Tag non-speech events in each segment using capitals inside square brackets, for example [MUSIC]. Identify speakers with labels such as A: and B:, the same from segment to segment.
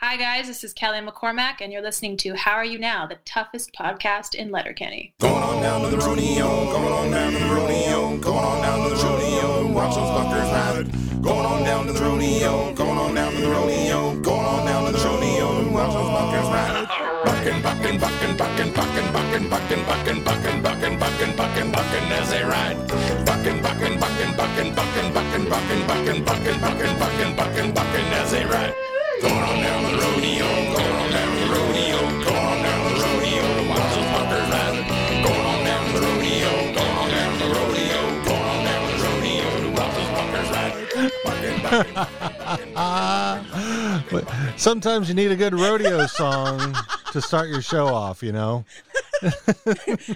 A: Hi, guys. This is Kelly McCormack, and you're listening to How Are You Now, the toughest podcast in Letterkenny.
B: Going on down to the rodeo, going on down to the rodeo, going on down to the rodeo, watch those buckers ride. Going on down to the rodeo, going on down to the rodeo, going on down to the rodeo, watch those buckers ride. Bucking, bucking, bucking, bucking, bucking, bucking, bucking, bucking, bucking, bucking, bucking, bucking, bucking as they ride. Bucking, bucking, bucking, bucking, bucking, bucking, bucking, bucking, bucking, bucking, bucking, bucking, bucking as they ride. Going on down the rodeo, going on down the rodeo, going on down the rodeo, watch those buckers ride. Going on down the rodeo, going on down the rodeo, going on down the rodeo, watch those buckers ride. Bucking, bucking, bucking, bucking.
C: Ah, But sometimes you need a good
D: [LAUGHS]
C: rodeo song to start your show off, you know?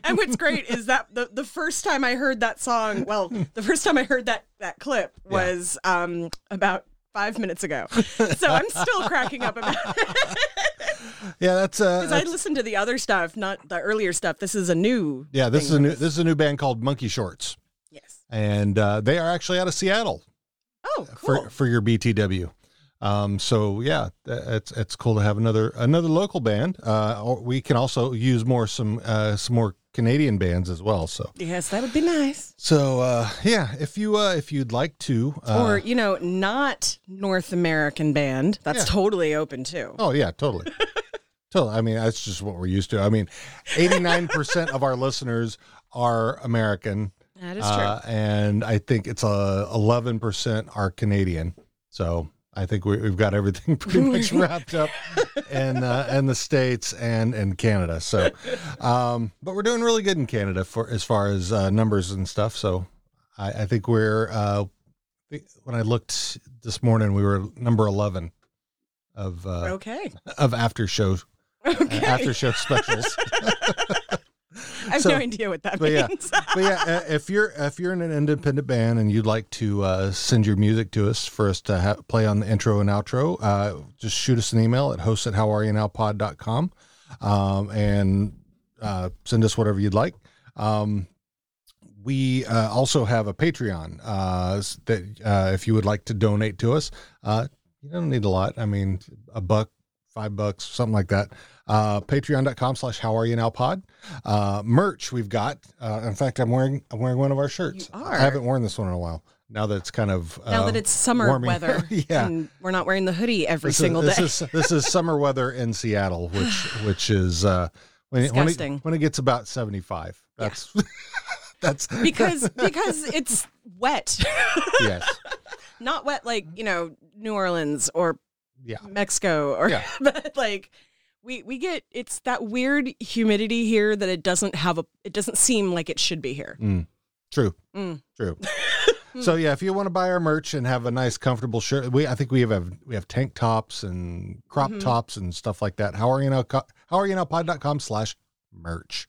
D: And what's great is that the, the first time I heard that song, well, the first time I heard that, that clip was um, about five minutes ago. So I'm still cracking up about it.
C: Yeah, that's uh
D: 'Cause I
C: that's-
D: listened to the other stuff, not the earlier stuff. This is a new.
C: Yeah, this is
D: thing.
C: a new this is a new band called Monkey Shorts.
D: Yes.
C: And uh, they are actually out of Seattle
D: Oh,
C: for
D: cool.
C: for your BTW. Um, so yeah, th- it's it's cool to have another another local band. Uh, or we can also use more some uh, some more Canadian bands as well. So
D: yes, that would be nice.
C: so uh, yeah, if you uh, if you'd like to, uh,
D: or, you know, not North American band. That's
C: Yeah.
D: totally open too.
C: Oh yeah, totally. totally. I mean, that's just what we're used to. I mean, eighty nine percent of our listeners are American,
D: that is true.
C: uh, and I think it's uh, eleven percent are Canadian. So I think we, we've got everything [LAUGHS] pretty much wrapped up, in uh, in the states and and Canada. So, um, but we're doing really good in Canada for as far as uh, numbers and stuff. So I, I think we're. Uh, I think when I looked this morning, we were number eleven of uh, [LAUGHS]
D: okay.
C: of after show uh,
D: Okay.
C: after show specials.
D: I have
C: so-
D: no idea what that
C: but yeah.
D: means.
C: [LAUGHS]
D: [LAUGHS]
C: but yeah, uh, if you're if you're in an independent band and you'd like to uh, send your music to us for us to ha- play on the intro and outro, uh, just shoot us an email at host at howareyounowpod.com um, and uh, send us whatever you'd like. Um, we uh, also have a Patreon uh, s- that uh, if you would like to donate to us, uh, you don't need a lot. I mean, a buck, five bucks, something like that. Uh, Patreon.com slash How Are You Now Pod. Uh, merch we've got. Uh, in fact, I'm wearing I'm wearing one of our shirts.
D: You
C: I
D: are.
C: haven't worn this one in a while. Now that it's kind of
D: now
C: uh,
D: that it's summer
C: warming-
D: weather
C: [LAUGHS] yeah.
D: and we're not wearing the hoodie every
C: This is-
D: single
C: this
D: day.
C: Is, this is summer weather in Seattle, which which is uh, when, it, when, it,
D: Disgusting.
C: when it gets about 75. That's [LAUGHS] that's
D: because because it's wet.
C: [LAUGHS]
D: [LAUGHS]
C: yes.
D: not wet like, you know, New Orleans or
C: Yeah.
D: Mexico or
C: Yeah.
D: [LAUGHS] but like we we get it's that weird humidity here that it doesn't have a it doesn't seem like it should be here.
C: Mm. True.
D: Mm. [LAUGHS]
C: True. so yeah, if you want to buy our merch and have a nice, comfortable shirt, we I think we have we have tank tops and crop
D: Mhm.
C: tops and stuff like that. How are you now? co- How are you now? Pod.com slash merch.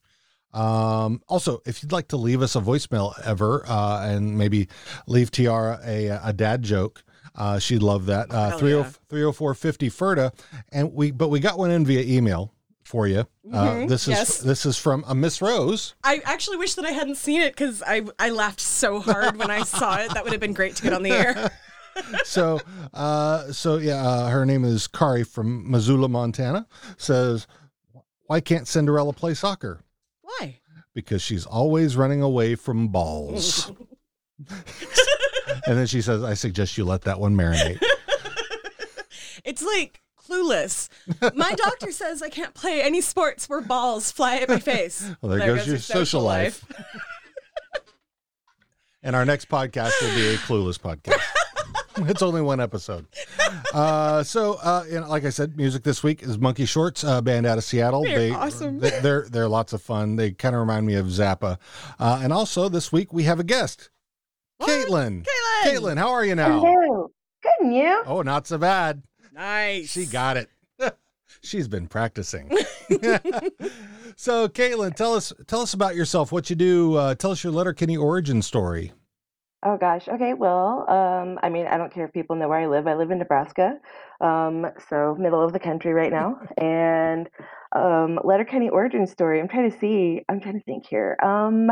C: Um, also, if you'd like to leave us a voicemail ever uh, and maybe leave Tiara a, a dad joke, uh, she'd love that. Uh,
D: Oh, Hell
C: 30
D: yeah.
C: 30450 FERTA. And we, but we got one in via email for you. Uh,
D: Mhm.
C: this is
D: Yes.
C: this is from a Miss Rose.
D: I actually wish that I hadn't seen it cuz I I laughed so hard when I saw it. That would have been great to get on
C: [LAUGHS]
D: the air.
C: so uh so yeah uh, her name is kari from missoula montana says why can't cinderella play soccer
D: Why?
C: because she's always running away from balls and then she says i suggest you let that one marinate
D: It's like clueless. My doctor says I can't play any sports where balls fly at my face.
C: [LAUGHS] well there, goes, your social, life, [LAUGHS] and our next podcast will be a clueless podcast [LAUGHS] it's only one episode uh so uh you know, like i said music this week is monkey shorts uh band out of seattle
D: They're awesome.
C: they, they're they're lots of fun they kind of remind me of zappa uh and also this week we have a guest
D: What?
C: caitlin
D: Caitlin.
C: caitlin how are you now
E: Hello. Good, and you?
C: oh not so bad
D: Nice.
C: she got it [LAUGHS] she's been practicing [LAUGHS] so caitlin tell us tell us about yourself what you do uh tell us your letterkenny origin story
E: Oh gosh. Okay. Well, um, I mean, I don't care if people know where I live. I live in Nebraska, um, so middle of the country right now. And um, Letterkenny origin story. I'm trying to see. I'm trying to think here. Um,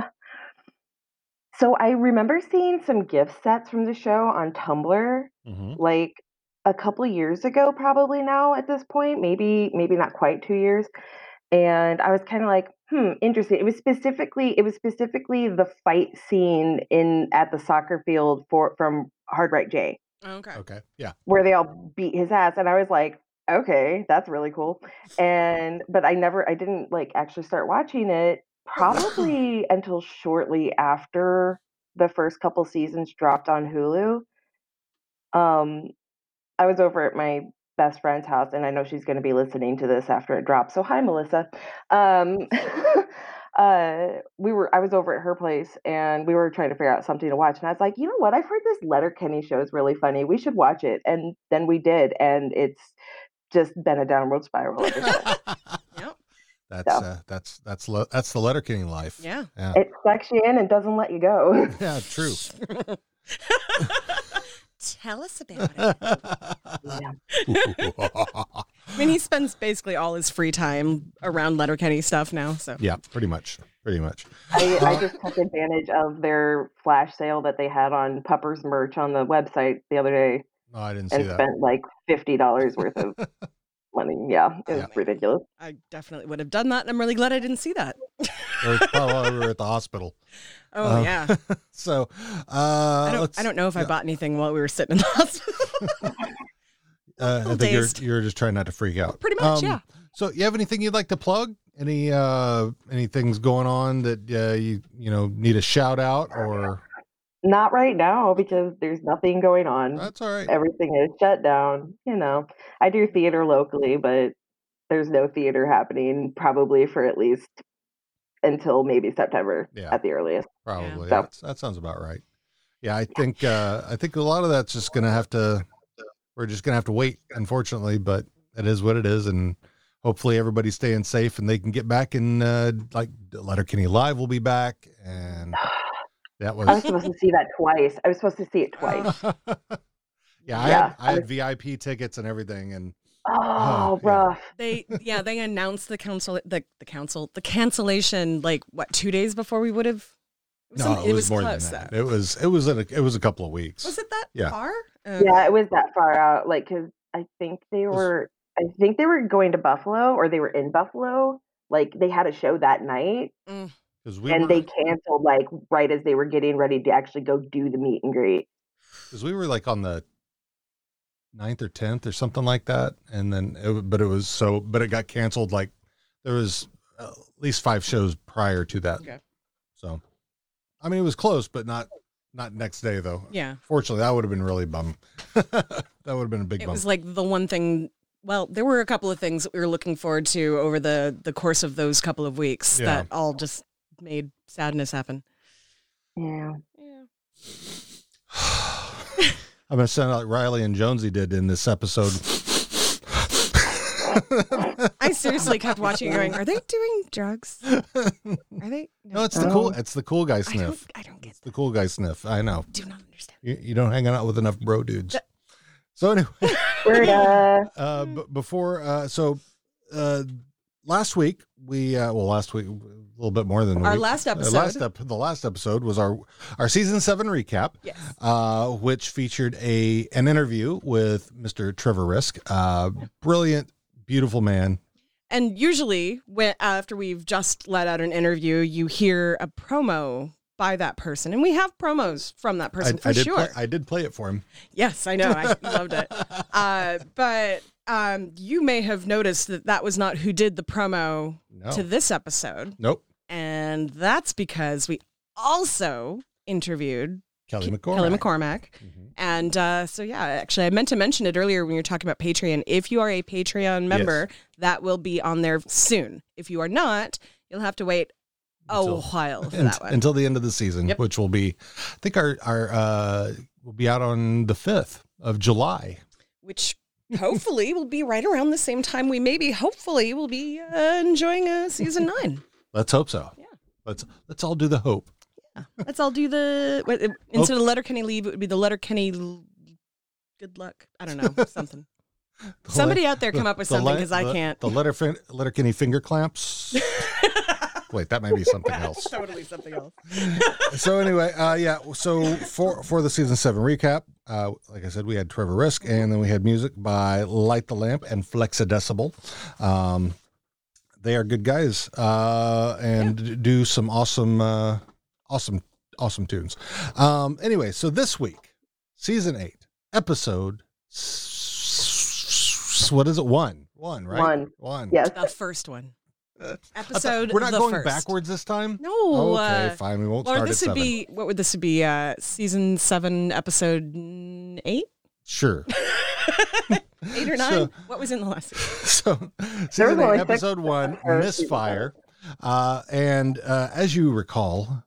E: so I remember seeing some gift sets from the show on Tumblr,
C: mm-hmm.
E: like a couple of years ago, probably now at this point, maybe maybe not quite two years. And I was kind of like, hmm, interesting. It was specifically it was specifically the fight scene in at the soccer field for from Hard Right J,
D: Okay.
C: Okay. Yeah.
E: where they all beat his ass, and I was like, okay, that's really cool. And but I never I didn't like actually start watching it probably until shortly after the first couple seasons dropped on Hulu. Um I was over at my best friend's house and I know she's going to be listening to this after it drops. So hi Melissa. Um [LAUGHS] uh we were I was over at her place and we were trying to figure out something to watch and I was like, "You know what? I've heard this Letterkenny show is really funny. We should watch it." And then we did and it's just been a downward spiral ever since.
D: [LAUGHS]
C: [LAUGHS]
D: Yep.
C: That's uh, that's that's lo- that's the Letterkenny life.
D: Yeah.
C: Yeah.
E: It sucks you in and doesn't let you go.
C: [LAUGHS]
E: [LAUGHS]
C: Yeah, true.
D: Tell us about it. [LAUGHS]
C: [LAUGHS]
D: I mean,
C: yeah.
D: he spends basically all his free time around Letterkenny stuff now. So
C: pretty much. Pretty much.
E: I, I just took advantage of their flash sale that they had on Pupper's merch on the website the other day
C: No, I didn't see
E: and
C: that.
E: spent like fifty dollars
C: [LAUGHS]
E: worth of money. Yeah, it was
D: Yeah.
E: ridiculous.
D: I definitely would have done that, and I'm really glad I didn't see that.
C: Or it's probably while we were at the hospital.
D: Oh
C: Um,
D: [LAUGHS] yeah,
C: So, uh,
D: I don't.
C: let's-
D: I don't know if I
C: yeah.
D: bought anything while we were sitting in the [LAUGHS] hospital.
C: Uh, I
D: I'm
C: think you're,
D: dazed.
C: you're just trying not to freak out.
D: Pretty much,
C: Um,
D: yeah.
C: So, you have anything you'd like to plug? Any uh, any things going on that uh, you you know need a shout out or
E: Not right now because there's nothing going on.
C: that's all right.
E: Everything is shut down. You know, I do theater locally, but there's no theater happening probably for at least until maybe September
C: Yeah.
E: at the earliest.
C: Probably
E: So-
C: That's- that sounds about right. Yeah, I think uh, I think a lot of that's just gonna have to we're just gonna have to wait, unfortunately. But it is what it is, and hopefully everybody's staying safe and they can get back and uh, like Letterkenny Live will be back, and that was
E: I was supposed to see that twice. I was supposed to
C: [GASPS]
E: see it
C: Oh,
E: twice.
C: [LAUGHS] yeah, I
E: Yeah,
C: had, I
E: I
C: had VIP tickets and everything, and
E: Oh,
C: yeah.
E: rough.
D: they yeah they announced the council the the council the cancellation like what two days before we would have. it was
C: no,
D: some-
C: it, was more
D: close,
C: than that.
D: though.
C: It was it was in a, it was a couple of weeks.
D: Was it that
C: Yeah.
D: far? Uh,
E: Yeah, it was that far out. Like, cause I think they
C: was-
E: were, I think they were going to Buffalo or they were in Buffalo. Like, they had a show that night
C: 'Cause we
E: and
C: were,
E: they canceled, like, right as they were getting ready to actually go do the meet and greet.
C: because we were like on the ninth or tenth or something like that, and then it, wa- but it was so but it got canceled. Like there was at least five shows prior to that.
D: Okay.
C: So, I mean, it was close, but not not next day though.
D: Yeah.
C: Fortunately, that would have been really bum. [LAUGHS] that would have been a big
D: It
C: bum.
D: was like the one thing. Well, there were a couple of things that we were looking forward to over the the course of those couple of weeks
C: Yeah.
D: that all just made sadness happen.
E: Yeah.
D: Yeah.
C: I'm gonna sound like Riley and Jonesy did in this
D: [LAUGHS]
C: episode.
D: I seriously kept watching, going,
C: [LAUGHS]
D: "Are they doing drugs? Are they?"
C: no, it's the cool. It's the cool guy
D: I don't.
C: sniff.
D: I don't get.
C: It's the cool guy sniff. I know.
D: Do not understand.
C: You, you don't hang out with enough bro dudes. So anyway,
E: We're, uh,
C: uh,
D: Mm.
C: b- before uh, so uh, last week we uh, well last week a little bit more than a
D: Our
C: week-
D: last
C: uh,
D: episode.
C: last ep- the last episode was our our season seven recap.
D: Yes.
C: uh, which featured a an interview with Mr. Trevor Risk, uh, brilliant, beautiful man.
D: And usually, when, after we've just let out an interview, you hear a promo by that person, and we have promos from that person for
C: I did
D: sure.
C: play, I did play it for
D: [LAUGHS]
C: him.
D: yes, I know.
C: [LAUGHS]
D: I loved it. Uh, but um, you may have noticed that that was not who did the promo
C: No.
D: to this episode,
C: nope,
D: and that's because we also interviewed
C: Kelly McCormack.
D: Kelly McCormack.
C: Mhm.
D: And uh, so, yeah, actually, I meant to mention it earlier when you were talking about Patreon. If you are a Patreon member, that will be on there soon. If you are not, you'll have to wait
C: Until-
D: a while for
C: Un-
D: that one.
C: until the end of the season,
D: Yep.
C: which will be, I think our our uh, will be out on the fifth of July.
D: which hopefully will be right around the same time we maybe, hopefully, will be uh, enjoying uh, season
C: [LAUGHS]
D: nine.
C: Let's hope so.
D: Yeah.
C: Let's let's all do the hope.
D: Let's all do the, what, it- instead
C: Oh.
D: of Letter Kenny Leave, it would be the Letter Kenny Good Luck. I don't
C: [LAUGHS]
D: know, something.
C: The
D: Somebody
C: le-
D: out there come up with
C: the
D: something
C: le-
D: because I
C: the-
D: can't. [LAUGHS]
C: The letter fin- Letterkenny finger clamps. Wait, that might be something else.
D: That's totally something else.
C: so anyway, uh, yeah. So for for the season seven recap, uh, like I said, we had Trevor Risk, and then we had music by Light the Lamp and Flexidecibel. Um, they are good guys, uh, and d do some awesome, uh, awesome, awesome tunes. Um, anyway, so this week, season eight, episode, s- what is it? One, one, right?
E: One.
C: one.
E: Yes.
D: The first one.
C: Uh, I thought-
D: Episode.
C: We're not
D: the
C: going
D: first.
C: backwards this time.
D: No.
C: okay,
D: uh,
C: fine. We won't
D: Laura,
C: start
D: this
C: at
D: would
C: seven.
D: be what would this be? Uh, season seven, episode mm, eight,
C: sure.
D: eight or
C: [LAUGHS]
D: nine?
C: So-
D: what was in the last? Season?
C: [LAUGHS] so
E: There was
C: season eight,
E: only six
C: episode one
E: or
C: misfire uh, and uh, as you recall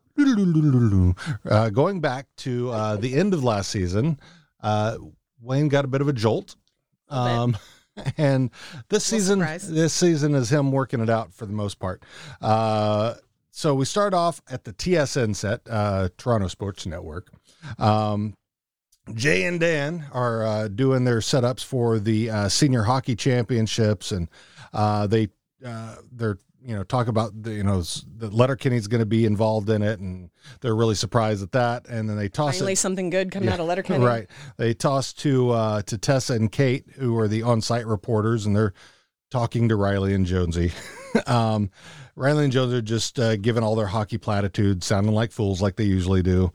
C: uh, going back to uh, the end of last season uh, wayne got a bit of a jolt
D: Little
C: um, [LAUGHS] and this
D: Little
C: season
D: surprise.
C: this season is him working it out for the most part uh, so we start off at the tsn set uh, toronto sports network um, Jay and Dan are uh, doing their setups for the uh, senior hockey championships, and uh, they uh, they're you know talk about the, you know s- that Letterkenny's going to be involved in it, and they're really surprised at that. And then they toss
D: Finally,
C: it
D: something good coming
C: Yeah,
D: out of Letterkenny.
C: right. They toss to uh, to Tessa and Kate, who are the on-site reporters, and they're talking to Riley and Jonesy. [LAUGHS] um, Riley and Jonesy are just uh, giving all their hockey platitudes, sounding like fools, like they usually do.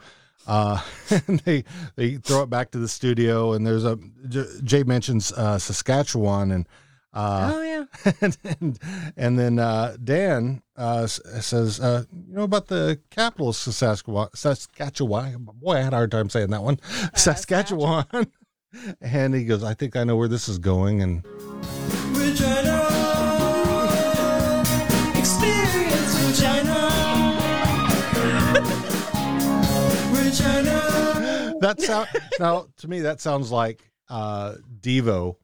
C: Uh, [LAUGHS] and they they throw it back to the studio, and there's a J- Jay mentions uh, Saskatchewan, and uh,
D: Oh yeah.
C: and, and, [LAUGHS] and then uh, Dan uh, s- says, uh, "You know about the capital of Saskatchewan? Saskatchewan? Boy, I had a hard time saying that one. Saskatchewan." [LAUGHS] and he goes, "I think I know where this is going." And
F: Regina. Experience Regina. Regina.
C: that sound now to me that sounds like uh, Devo.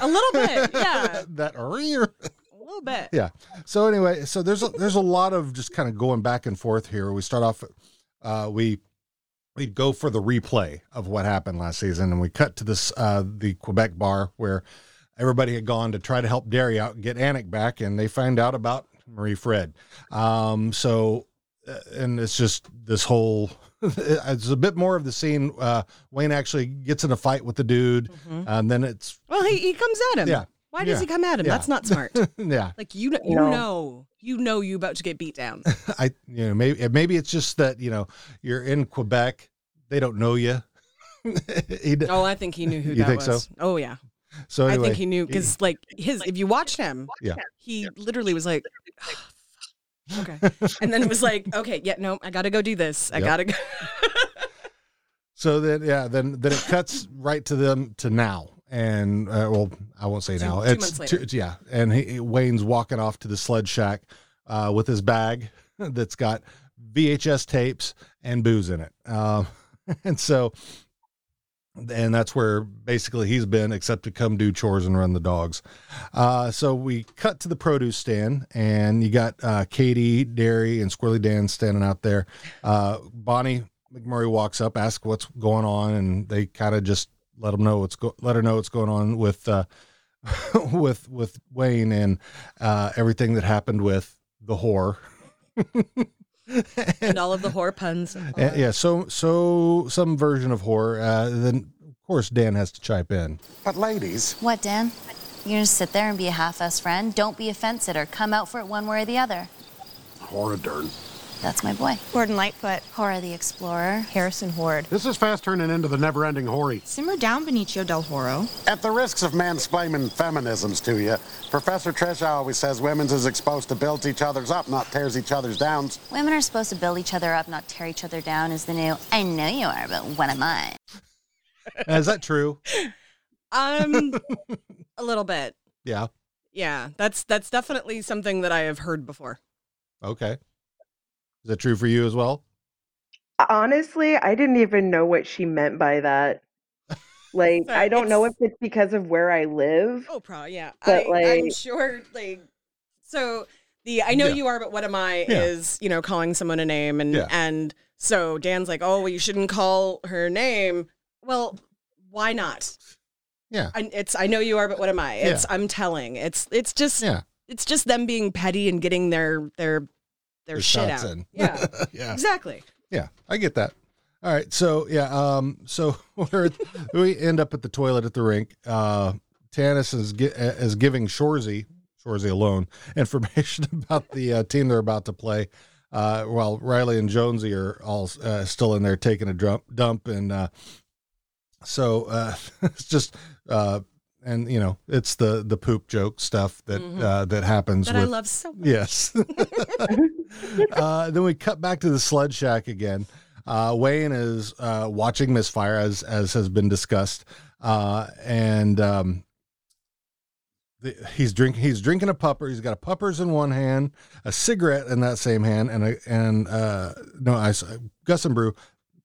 D: A
C: [LAUGHS]
D: little bit. Yeah.
C: that earlier.
D: A little bit.
C: Yeah. So anyway, so there's a, there's a lot of just kind of going back and forth here. We start off, uh, we we go for the replay of what happened last season, and we cut to this uh, the Quebec bar where everybody had gone to try to help Derry out and get Anik back, and they find out about Marie Fred. Um, so uh, and it's just this whole. [LAUGHS] It's a bit more of the scene. Uh, Wayne actually gets in a fight with the dude, and then it's [LAUGHS]
D: Well, he, he comes at him.
C: Mm-hmm. Yeah.
D: Why does
C: Yeah.
D: he come at him?
C: Yeah.
D: That's not
C: [LAUGHS]
D: smart.
C: yeah.
D: Like you, kn- you
E: No.
D: know, you know, you about to get
C: [LAUGHS]
D: beat down.
C: I you know maybe maybe it's just that you know you're in Quebec, they don't know you. [LAUGHS] He d-
D: Oh, I think he knew who
C: You
D: that
C: think so?
D: was. Oh yeah,
C: so anyway,
D: I think he knew because like his, if you watched him,
C: Yeah.
D: he literally was like. "Ah, fuck." okay, and then it was like, okay, yeah, no, I gotta go do this. I
C: Yep.
D: gotta go. [LAUGHS]
C: So then yeah, then then it cuts right to them to now. And uh, well, I won't say
D: Two-
C: now.
D: two
C: it's
D: months later.
C: two- yeah, and he, Wayne's walking off to the sled shack uh, with his bag [LAUGHS] that's got VHS tapes and booze in it. Um, [LAUGHS] and so and that's where basically he's been except to come do chores and run the dogs uh, so we cut to the produce stand and you got uh, katie derry and squirrely dan standing out there uh, bonnie mcmurray walks up asks what's going on and they kind of just let them know what's go- let her know what's going on with uh, [LAUGHS] with with wayne and uh, everything that happened with the whore
D: And all of the horror puns.
C: Uh, yeah, so so some version of horror. Uh, then of course Dan has to chime in.
G: But ladies,
H: What, Dan? You're gonna sit there and be a half-ass friend? Don't be a fence sitter. Come out for it one way or the other.
G: Hora Dern.
H: That's my boy.
I: Gordon Lightfoot,
H: Hora the Explorer.
I: Harrison Horde.
G: This is fast turning into the never-ending hoary.
I: Simmer down, Benicio del Toro.
G: At the risks of mansplaining feminisms to you, Professor Tresha always says women's is exposed to builds each other's up, not tears each other's downs.
H: Women are supposed to build each other up, not tear each other down, is the new, I know you are, but what am I?
C: Now, Is that
D: [LAUGHS]
C: true? [LAUGHS]
D: Um, a little bit.
C: Yeah.
D: Yeah, that's that's definitely something that I have heard before.
C: Okay. Is that true for you as well?
E: Honestly, I didn't even know what she meant by that. Like,
D: So
E: I don't know if
D: it's-
E: it's because of where I live.
D: Oh, probably. Yeah,
E: But,
D: I, I'm
E: like-
D: sure. Like, so the I know
C: Yeah.
D: you are, but what am I?
C: Yeah.
D: Is you know calling someone a name and
C: Yeah.
D: and so Dan's like, oh, well, you shouldn't call her name. Well, why not?
C: Yeah.
D: I, it's I know you are, but what am I?
C: Yeah.
D: It's I'm telling. It's it's just
C: Yeah.
D: it's just them being petty and getting their their their
C: Their
D: shit
C: shots
D: out.
C: in.
D: Yeah,
C: [LAUGHS] yeah.
D: exactly.
C: Yeah, I get that. All right, so yeah, um, so [LAUGHS] we're we end up at the toilet at the rink. Uh, Tannis is gi- uh, is giving Shorzy Shorzy alone [LAUGHS] information about the uh, team they're about to play. Uh, while Riley and Jonesy are all uh, still in there taking a dump, dump and uh, so uh, [LAUGHS] it's just uh, and you know it's the the poop joke stuff that uh, that happens
D: That
C: with
D: I love so much.
C: Yes. [LAUGHS] uh, then we cut back to the sled shack again. Uh, Wayne is uh, watching Misfire as as has been discussed, uh, and um, the, he's drinking he's drinking a pupper. He's got a puppers in one hand, a cigarette in that same hand, and a and uh, no, I s- Gus and Brew.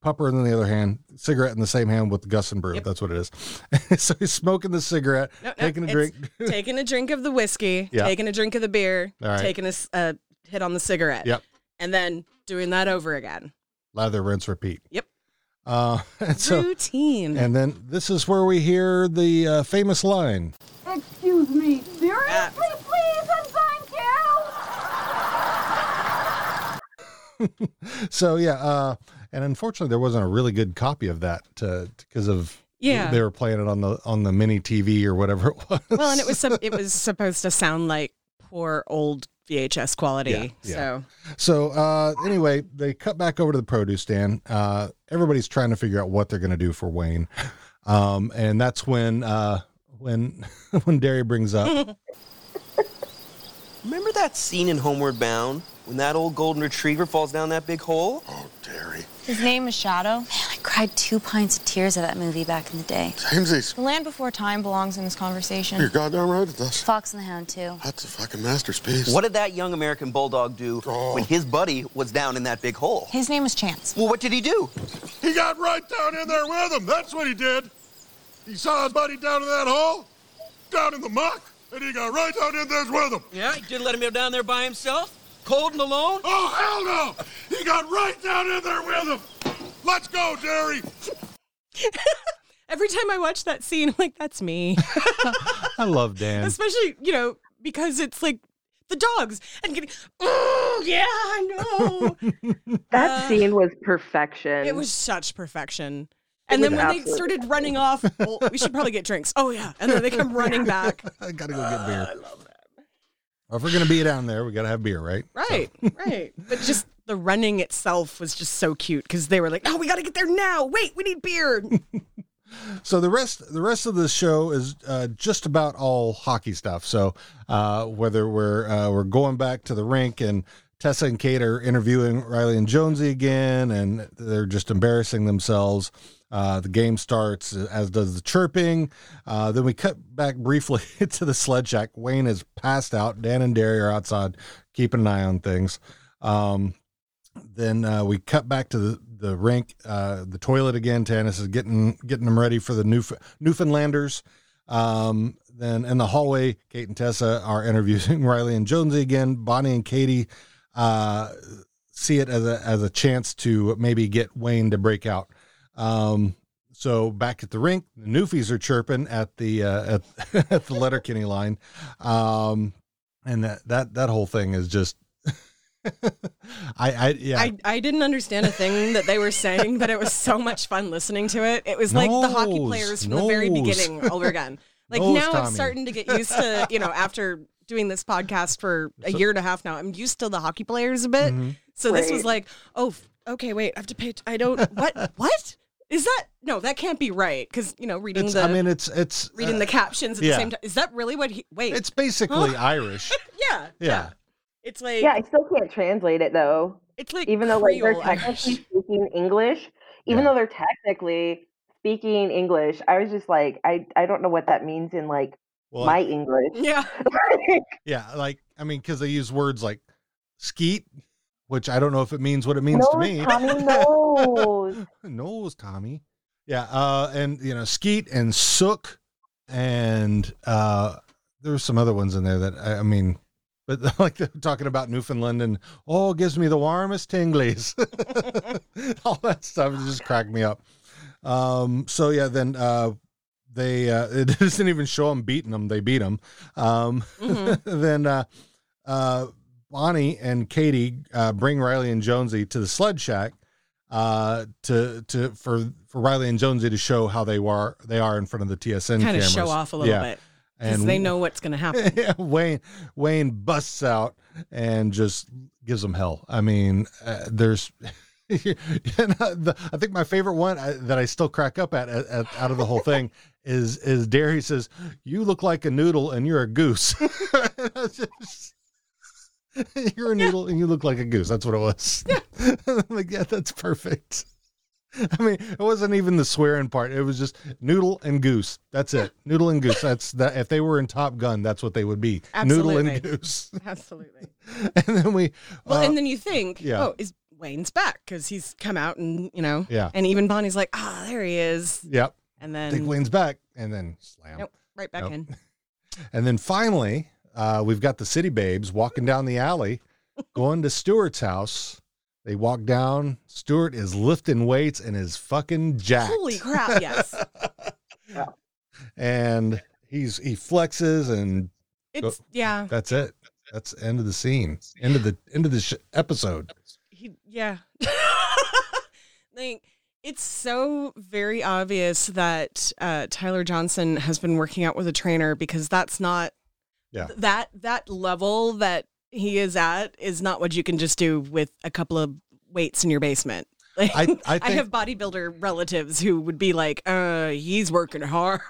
C: Pupper in the other hand, cigarette in the same hand with Gus and Brew. That's what it is. [LAUGHS] so he's smoking the cigarette,
D: No, no,
C: taking a
D: it's
C: drink. [LAUGHS]
D: [LAUGHS] taking a drink of the whiskey,
C: Yeah.
D: taking a drink of the beer,
C: All right.
D: taking a s- a hit on the cigarette,
C: Yep.
D: and then doing that over again.
C: Lather, rinse, repeat.
D: Yep.
C: Uh, [LAUGHS] and so,
D: Routine.
C: And then this is where we hear the uh, famous line.
J: Excuse me, seriously,
D: Yeah.
J: please, I'm blind, Carol.
C: So yeah, uh, and unfortunately there wasn't a really good copy of that because of
D: Yeah.
C: they were playing it on the on the mini TV or whatever it was.
D: Well, and it was some, it was supposed to sound like poor old VHS quality.
C: Yeah, yeah.
D: So
C: So uh, anyway, they cut back over to the produce stand. Uh, everybody's trying to figure out what they're going to do for Wayne, um, and that's when uh, when [LAUGHS] when Derry brings
D: [LAUGHS]
C: up
K: Remember that scene in Homeward Bound when that old golden retriever falls down that big hole?
G: Oh, Terry.
I: His name is Shadow.
H: Man, I cried two pints of tears at that movie back in the day.
G: Jamesies,
I: The land before time belongs in this
G: you're
I: conversation.
G: goddamn right it does.
H: Fox and the Hound too.
G: That's a fucking masterpiece.
K: What did that young American bulldog do
G: Oh.
K: when his buddy was down in that big hole?
I: His name is Chance.
K: Well, what did he do?
G: He got right down in there with him. That's what he did. He saw his buddy down in that hole, down in the muck, and he got right down in there with him.
K: Yeah, you didn't let him go down there by himself, cold and alone.
G: Oh, hell no! He got right down in there with him. Let's go, Derry.
D: every time I watch that scene, [LAUGHS] I'm like, that's me.
C: "I love Dan."
D: Especially, you know, because it's like the dogs and getting, oh, yeah, I
C: [LAUGHS]
D: know.
E: That scene was perfection.
D: it was such perfection. And then
E: was
D: when they
E: absolutely
D: started running off, well, we should probably get drinks. Oh, yeah. And then they come running back.
C: [LAUGHS] I gotta go get
D: Ah,
C: beer. If we're gonna be down there, we gotta have beer, right?
D: Right, right. But just the running itself was just so cute because they were like, oh, we got to get there now. Wait, we need beer.
C: so the rest the rest of the show is uh, just about all hockey stuff. So uh, whether we're uh, we're going back to the rink and Tessa and Kate are interviewing Riley and Jonesy again, and they're just embarrassing themselves. Uh, the game starts, as does the chirping. Uh, then we cut back briefly [LAUGHS] to the sled shack. Wayne is passed out. Dan and Derry are outside, keeping an eye on things. Um, then uh, we cut back to the, the rink, uh, the toilet again. Tannis is getting getting them ready for the Newf- Newfoundlanders. Um, then in the hallway, Kate and Tessa are [LAUGHS] interviewing Riley and Jonesy again. Bonnie and Katie uh, see it as a as a chance to maybe get Wayne to break out. Um, so back at the rink, the Newfies are chirping at the uh, at, [LAUGHS] at the Letterkenny line, um, and that that that whole thing is just. [LAUGHS] I, I yeah
D: I, I didn't understand a thing that they were saying, but it was so much fun listening to it. It was like the hockey
C: Nose,
D: players from the very
C: nose.
D: beginning
C: [LAUGHS]
D: over again. Like
C: Nose,
D: now I'm
C: Tommy.
D: starting to get used to, you know, after doing this podcast for a year and a half now, I'm used to the hockey players a bit.
C: Mm-hmm.
D: So this was
E: Right.
D: like, oh, f- okay, wait, I have to pay. T- I don't, what, what? Is that, no, that can't be right. Cause, you know, reading
C: It's,
D: the,
C: I mean, it's it's
D: reading
C: uh,
D: the captions at
C: yeah.
D: the same time. Is that really what he, wait,
C: It's basically
D: [LAUGHS]
C: Irish.
D: yeah, yeah,
C: Yeah.
D: It's like,
E: yeah, I still can't translate it though.
D: it's like,
E: Even though like they're
D: Creole Irish.
E: technically speaking English, even
C: Yeah.
E: though they're technically speaking English, I was just like, I I don't know what that means in like
C: Well,
E: my English.
D: [LAUGHS] Yeah.
E: [LAUGHS]
C: yeah, like I mean, because they use words like skeet, which I don't know if it means what it means
E: no,
C: to me. [LAUGHS]
E: Tommy knows.
C: Knows Tommy. Yeah, uh, and you know, skeet and sook, and uh, there's some other ones in there that I, I mean, but [LAUGHS] like they're talking about Newfoundland and oh, it gives me the warmest tinglies. [LAUGHS] All that stuff just cracked me up. Um, so yeah, then uh, they uh, [LAUGHS] it [LAUGHS]
D: Mm-hmm.
C: doesn't even show them beating them; they beat them. Um,
D: Mhm.
C: then uh, uh, Bonnie and Katie uh, bring Riley and Jonesy to the sled shack uh, to to for for Riley and Jonesy to show how they were they are in front of the TSN
D: Kind of
C: cameras.
D: show off a little
C: Yeah.
D: bit. Because
C: And-
D: they know what's going to happen.
C: [LAUGHS] yeah, Wayne Wayne busts out and just gives them hell. I mean, uh, there's. [LAUGHS] you know, the, I think my favorite one uh, that I still crack up at, at, at out of the whole thing [LAUGHS] is is Derry says, "You look like a noodle and you're a goose. [LAUGHS] [LAUGHS] you're a noodle and you look like a goose." That's what it was. [LAUGHS] I'm like, yeah, that's perfect. [LAUGHS] I mean, it wasn't even the swearing part. It was just noodle and goose. That's it. Noodle and goose. That's that. If they were in Top Gun, that's what they would be. Noodle and
D: Absolutely.
C: goose.
D: [LAUGHS]
C: [LAUGHS]
D: Absolutely.
C: And then we.
D: Well,
C: uh,
D: and then you think,
C: yeah.
D: oh, is Wayne's back? Because he's come out and, you know.
C: Yeah.
D: And even Bonnie's like, ah, there he is.
C: yep.
D: And then.
C: Dick Wayne's back, and then slam.
D: Nope, right back
C: Nope. [LAUGHS]
D: in.
C: And then finally, uh, we've got the city babes walking down the alley, going to Stewart's house. They walk down. Stewart is lifting weights and is fucking jacked.
D: Holy
C: [LAUGHS]
D: crap, yes.
C: and he's he flexes and
D: It's, yeah.
C: that's it. That's the end of the scene. End of the end of the sh- episode.
D: He, yeah. [LAUGHS] like, it's so very obvious that uh, Tyler Johnson has been working out with a trainer because that's not
C: Yeah.
D: that that level that he is at is not what you can just do with a couple of weights in your basement. [LAUGHS] Like,
C: I-
D: I,
C: I think-
D: have bodybuilder relatives who would be like, "Uh, he's working hard."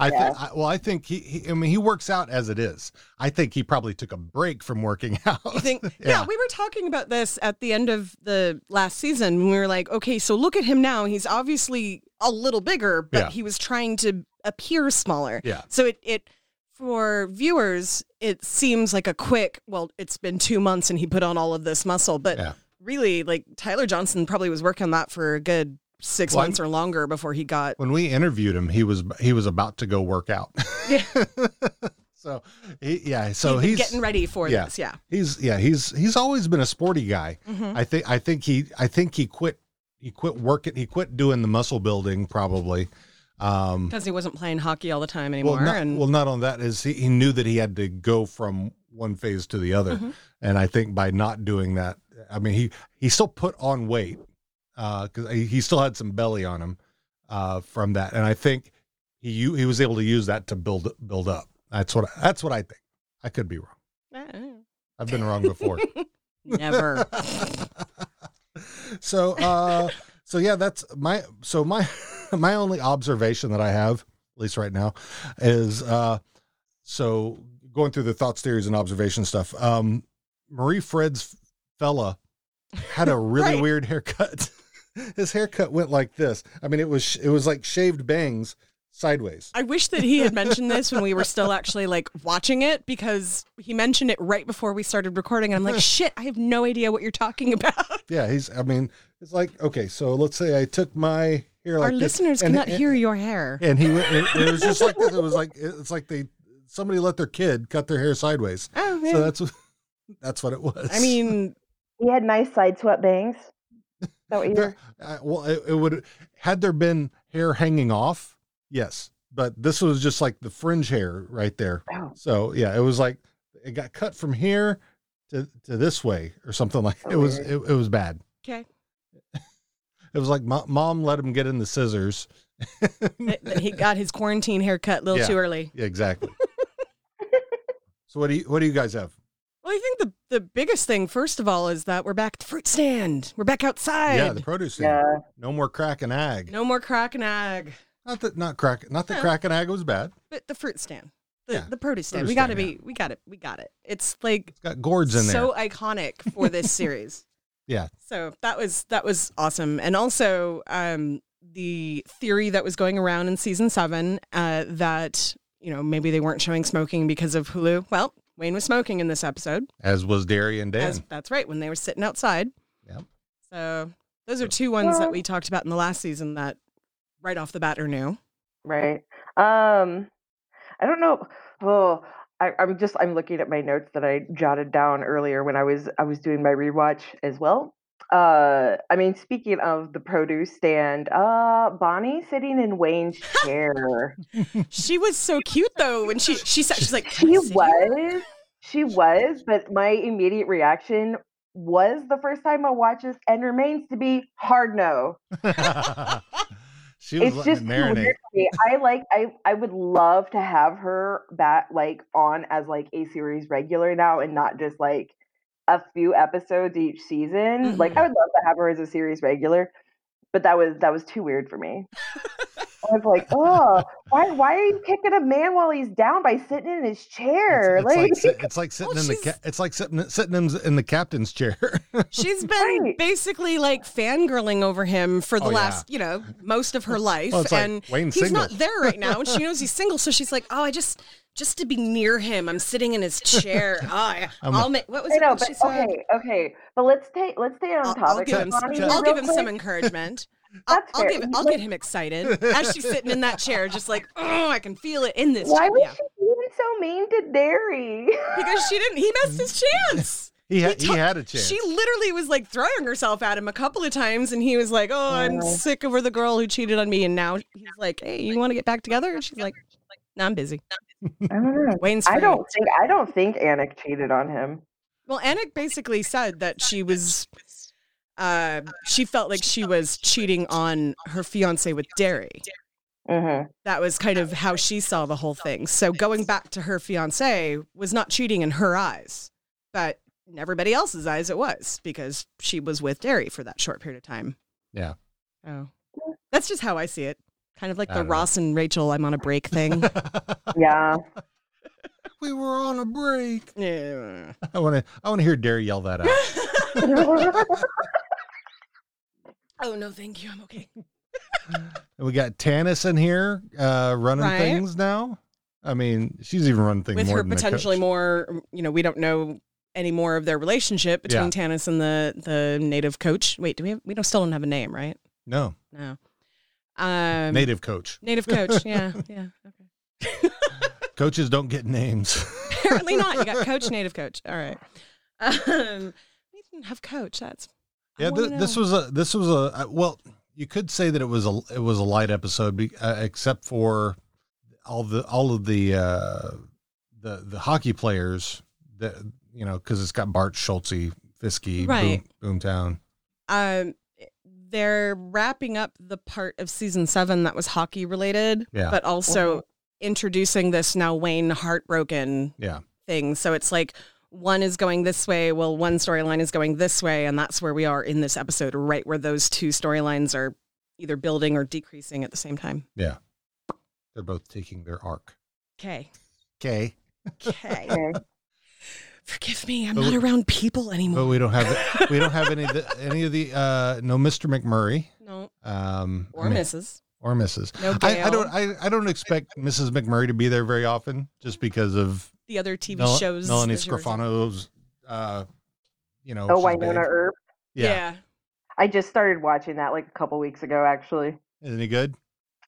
C: I think. I, well, I think he, he. I mean, he works out as it is. I think he probably took a break from working [LAUGHS] out.
D: You think? yeah.
C: Yeah.
D: we were talking about this at the end of the last season. when We were like, "Okay, so look at him now. He's obviously a little bigger, but
C: Yeah.
D: he was trying to appear smaller."
C: Yeah.
D: So it it for viewers, it seems like a quick. Well, it's been two months, and he put on all of this muscle, but
C: Yeah.
D: really, like Tyler Johnson probably was working on that for a good six
C: Well, I'm-
D: months or longer before he got.
C: When we interviewed him, he was he was about to go work out. [LAUGHS] so, he, yeah. So
D: he's
C: he's
D: getting ready for
C: yeah.
D: this. Yeah.
C: He's yeah. He's he's always been a sporty guy.
D: Mhm.
C: I think I think he I think he quit he quit working he quit doing the muscle building probably. Um,
D: Because he wasn't playing hockey all the time anymore,
C: well, not,
D: and
C: well, not on that is he, he knew that he had to go from one phase to the other,
D: Mhm.
C: and I think by not doing that, I mean he he still put on weight because he he still had some belly on him uh, from that, and I think he u- he was able to use that to build build up. That's what that's what I think. I could be wrong. I've been wrong
D: [LAUGHS]
C: before.
D: eh, never.
C: [LAUGHS] so uh so yeah that's my so my [LAUGHS] my only observation that i have at least right now is uh so going through the thoughts theories and observation stuff um marie fred's fella had
D: [LAUGHS]
C: a really
D: Right.
C: weird haircut [LAUGHS] his haircut went like this i mean it was it was like shaved bangs
D: [LAUGHS]
C: sideways
D: I wish that he had mentioned this when we were still actually like watching it because he mentioned it right before we started recording. And I'm
C: [LAUGHS]
D: like, shit, I have no idea what you're talking about.
C: yeah he's i mean it's like okay so let's say i took my hair like
D: Our
C: this,
D: listeners
C: and-
D: cannot
C: and-
D: hear your hair.
C: and he went, and it was just like this. It was like it's like they somebody let their kid cut their hair sideways.
D: Oh, yeah.
C: So that's [LAUGHS] what- that's what it was.
D: I mean,
E: He had nice side swept bangs. Is that what you
C: There- I- Uh, well, it, it would had there been hair hanging off, yes, but this was just like the fringe hair right there.
E: Oh.
C: So yeah, it was like it got cut from here to to this way or something like it was. It, it was bad.
D: okay.
C: It was like mo- mom let him get in the scissors.
D: That- that he got his quarantine haircut a little
C: Yeah.
D: too early.
C: Yeah,
D: [LAUGHS]
C: exactly. so what do you what do you guys have?
D: Well, I think the, the biggest thing, first of all, is that we're back at the fruit stand. We're back outside.
C: Yeah, the produce. thing.
E: Yeah.
C: No more crack and ag.
D: no more crack and ag,
C: Not that not crack not that
D: Yeah.
C: crack and ag was bad.
D: but the fruit stand. The,
C: Yeah,
D: the produce stand.
C: produce
D: we got to
C: stand,
D: be, we got it. We got it. It's like
C: It's got gourds in
D: so
C: there.
D: iconic
C: [LAUGHS]
D: for this series.
C: Yeah.
D: So that was that was awesome, and also um, the theory that was going around in season seven uh, that you know maybe they weren't showing smoking because of Hulu. Well, Wayne was smoking in this episode.
C: As was Derry and Dan.
D: As, that's right, when they were sitting outside.
C: Yep.
D: So those are two ones that we talked about in the last season that right off the bat
C: [LAUGHS]
D: are new.
E: Right. Um, I don't know. Oh, I, I'm just I'm looking at my notes that I jotted down earlier when I was I was doing my rewatch as well. Uh, I mean, speaking of the produce stand, uh, Bonnie sitting in Wayne's chair.
D: She was so cute though when she she said she's like
E: she was. She was, but my immediate reaction was the first time I watched this and remains to be hard no.
C: [LAUGHS] she was
E: it's
C: letting
E: just
C: it
E: too weird
C: marinate.
E: for me. I like I I would love to have her back like on as like a series regular now and not just like a few episodes each season.
D: Mm-hmm.
E: Like I would love to have her as a series regular, but that was that was too weird for me. I was like, oh, why why are you kicking a man while he's down by sitting in his chair?
C: It's like,
E: Like-
C: sit- it's like sitting in the ca- it's like sitting sitting in the- in the captain's chair. [LAUGHS]
D: She's been basically like fangirling over him for the
C: Oh, yeah.
D: last, you know, most of her life.
C: Well, it's like,
D: and
C: Wayne's
D: he's
C: single.
D: not there right
C: [LAUGHS]
D: now. And she knows he's single. So she's like, oh, I just, just to be near him, I'm sitting in
C: [LAUGHS]
D: his chair. Oh, I,
C: I'm
D: I'll
C: a-
D: make, what was
E: [LAUGHS] I
D: it
E: know,
D: that
E: but
D: she said?
E: okay, okay. But let's stay let's stay on
D: I'll
E: topic.
D: give him,
E: Bonnie,
D: I'll
E: real
D: give him some
E: quick. [LAUGHS]
D: encouragement. I'll,
E: That's
D: I'll
E: fair.
D: give,
E: You
D: I'll
E: like-
D: get him excited as she's sitting in that chair, just like, oh, I can feel it in this.
E: Why
D: chair."
E: was
D: Yeah.
E: she being so mean to Derry?
D: Because she didn't. He missed his chance.
C: He had he,
D: to-
C: had a chance.
D: She literally was like throwing herself at him a couple of times, and he was like, "Oh, I'm
C: Oh.
D: sick over the girl who cheated on me." And now he's like, "Hey, you want to get back together?" And she's like, "No, I'm busy."
E: I don't know.
D: Wayne's
E: I
D: free.
E: don't think I don't think Anik cheated on him.
D: Well, Anik basically said that she was, uh, she felt like she was cheating on her fiance with Derry.
E: Mm-hmm.
D: That was kind of how she saw the whole thing. So going back to her fiance was not cheating in her eyes, but in everybody else's eyes, it was because she was with Derry for that short period of time.
C: yeah.
D: Oh, that's just how I see it. Kind of like
C: I
D: the
C: don't know.
D: Ross and Rachel, I'm on
C: [LAUGHS]
D: a break thing.
E: yeah.
C: We were on a break.
D: Yeah.
C: I want to I want to hear Derry yell
D: [LAUGHS]
C: that out.
D: Mm-hmm. Oh no, thank you. I'm okay.
C: And we got Tannis in here uh, running
D: Right.
C: things now. I mean, she's even running things
D: With
C: more
D: her
C: than the
D: potentially
C: coach.
D: more, you know, we don't know any more of their relationship between
C: Yeah.
D: Tannis and the the native coach. Wait, do we have, we don't still don't have a name, right? [LAUGHS]
C: No,
D: No. Um,
C: native coach. [LAUGHS]
D: native coach. Yeah, yeah.
C: Coaches don't get names.
D: [LAUGHS]
C: [LAUGHS]
D: Apparently not. You got coach, native coach. All right. Um, we didn't have coach. That's I
C: yeah,
D: wanna
C: th- this
D: know.
C: was a this was a uh, well, you could say that it was a it was a light episode, be, uh, except for all the all of the uh, the the hockey players that you know because it's got Bart Schultze, Fiske,
D: Right.
C: Boom, Boomtown.
D: um they're wrapping up the part of season seven that was hockey related
C: Yeah.
D: but also introducing this now wayne heartbroken
C: Yeah,
D: thing so it's like one is going this way well one storyline is going this way and that's where we are in this episode right where those two storylines are either building or decreasing at the same
C: [LAUGHS]
D: time
C: yeah, they're both taking their arc.
D: okay
C: Okay.
D: okay [LAUGHS] forgive me i'm
C: But
D: not
C: we-
D: around people
C: But
D: anymore
C: we don't have we don't have any of the, any of the uh, no Mr. McMurray
D: no
C: um,
D: or
C: I mean-
D: mrs
C: or Mrs.
D: No
C: Oh. I, I
D: Gail.
C: don't I, I don't expect Mrs. McMurray to be there very often just because of
D: the other tv
C: Mel-
D: shows
C: Melanie
D: that you were-
C: Scrofano's uh, you know
E: Oh,
C: she's
E: Winona
C: big.
E: Earp.
C: yeah.
E: I just started watching that like a couple weeks ago. Actually,
C: isn't he good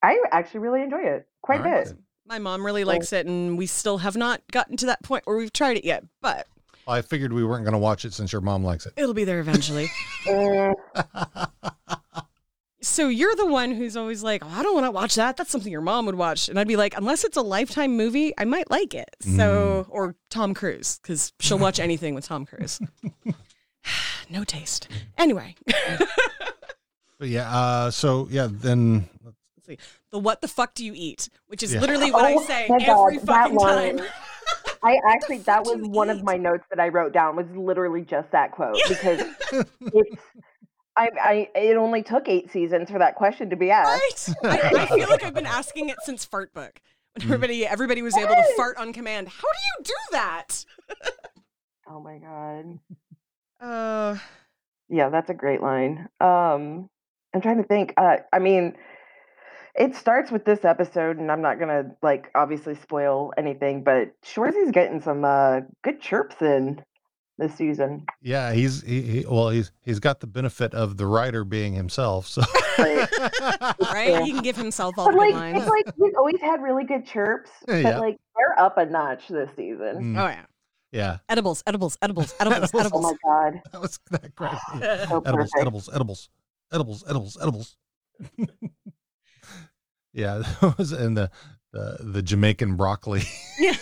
E: I actually really enjoy it quite a
C: All right,
E: bit.
C: then.
D: My mom really
C: Oh.
D: likes it, and we still have not gotten to that point where we've tried it yet, but
C: Well, I figured we weren't going to watch it since your mom likes it
D: it'll be there eventually.
E: Mm,
D: [LAUGHS] so you're the one who's always like, oh, I don't want to watch that. That's something your mom would watch. And I'd be like, unless it's a lifetime movie, I might like it.
C: Mm.
D: So, or Tom Cruise, because she'll watch anything with
C: [LAUGHS]
D: Tom Cruise. [SIGHS] no taste. Anyway,
C: but yeah uh, so yeah then
D: let's see. The what the fuck do you eat? Which is
C: Yeah.
D: literally what I
E: Oh
D: say
E: my
D: every
E: God, that
D: fucking
E: line.
D: time.
E: I actually that
D: fuck
E: was
D: do you
E: one of
D: eat?
E: my notes that I wrote down was literally just that quote
D: [LAUGHS]
E: because it's I, I it only took eight seasons for that question to be asked.
D: [LAUGHS] Right? I, I feel like I've been asking it since Fart Book. When everybody everybody was able to fart on command. How do you do that?
E: Oh my god.
D: Uh,
E: Yeah, that's a great line. Um, I'm trying to think. Uh, I mean, it starts with this episode, and I'm not gonna like obviously spoil anything, but Schwarzy getting some uh, good chirps in this season.
C: yeah he's he, he well he's he's got the benefit of the writer being himself so [LAUGHS]
D: right? He can give himself all
E: But
D: the good
E: like,
D: lines.
E: it's like he's always had really good chirps, but
C: Yeah.
E: like they're up a notch this season.
C: Mm,
D: oh yeah,
C: yeah
D: edibles, edibles,
E: [LAUGHS]
D: edibles, edibles,
E: Oh
D: edibles.
E: my god,
C: that was that cracked
D: [LAUGHS]
C: me up.
E: so
C: edibles,
E: perfect.
C: edibles, edibles, edibles, edibles, edibles. [LAUGHS] yeah, that was in the the, the Jamaican broccoli.
D: Yeah.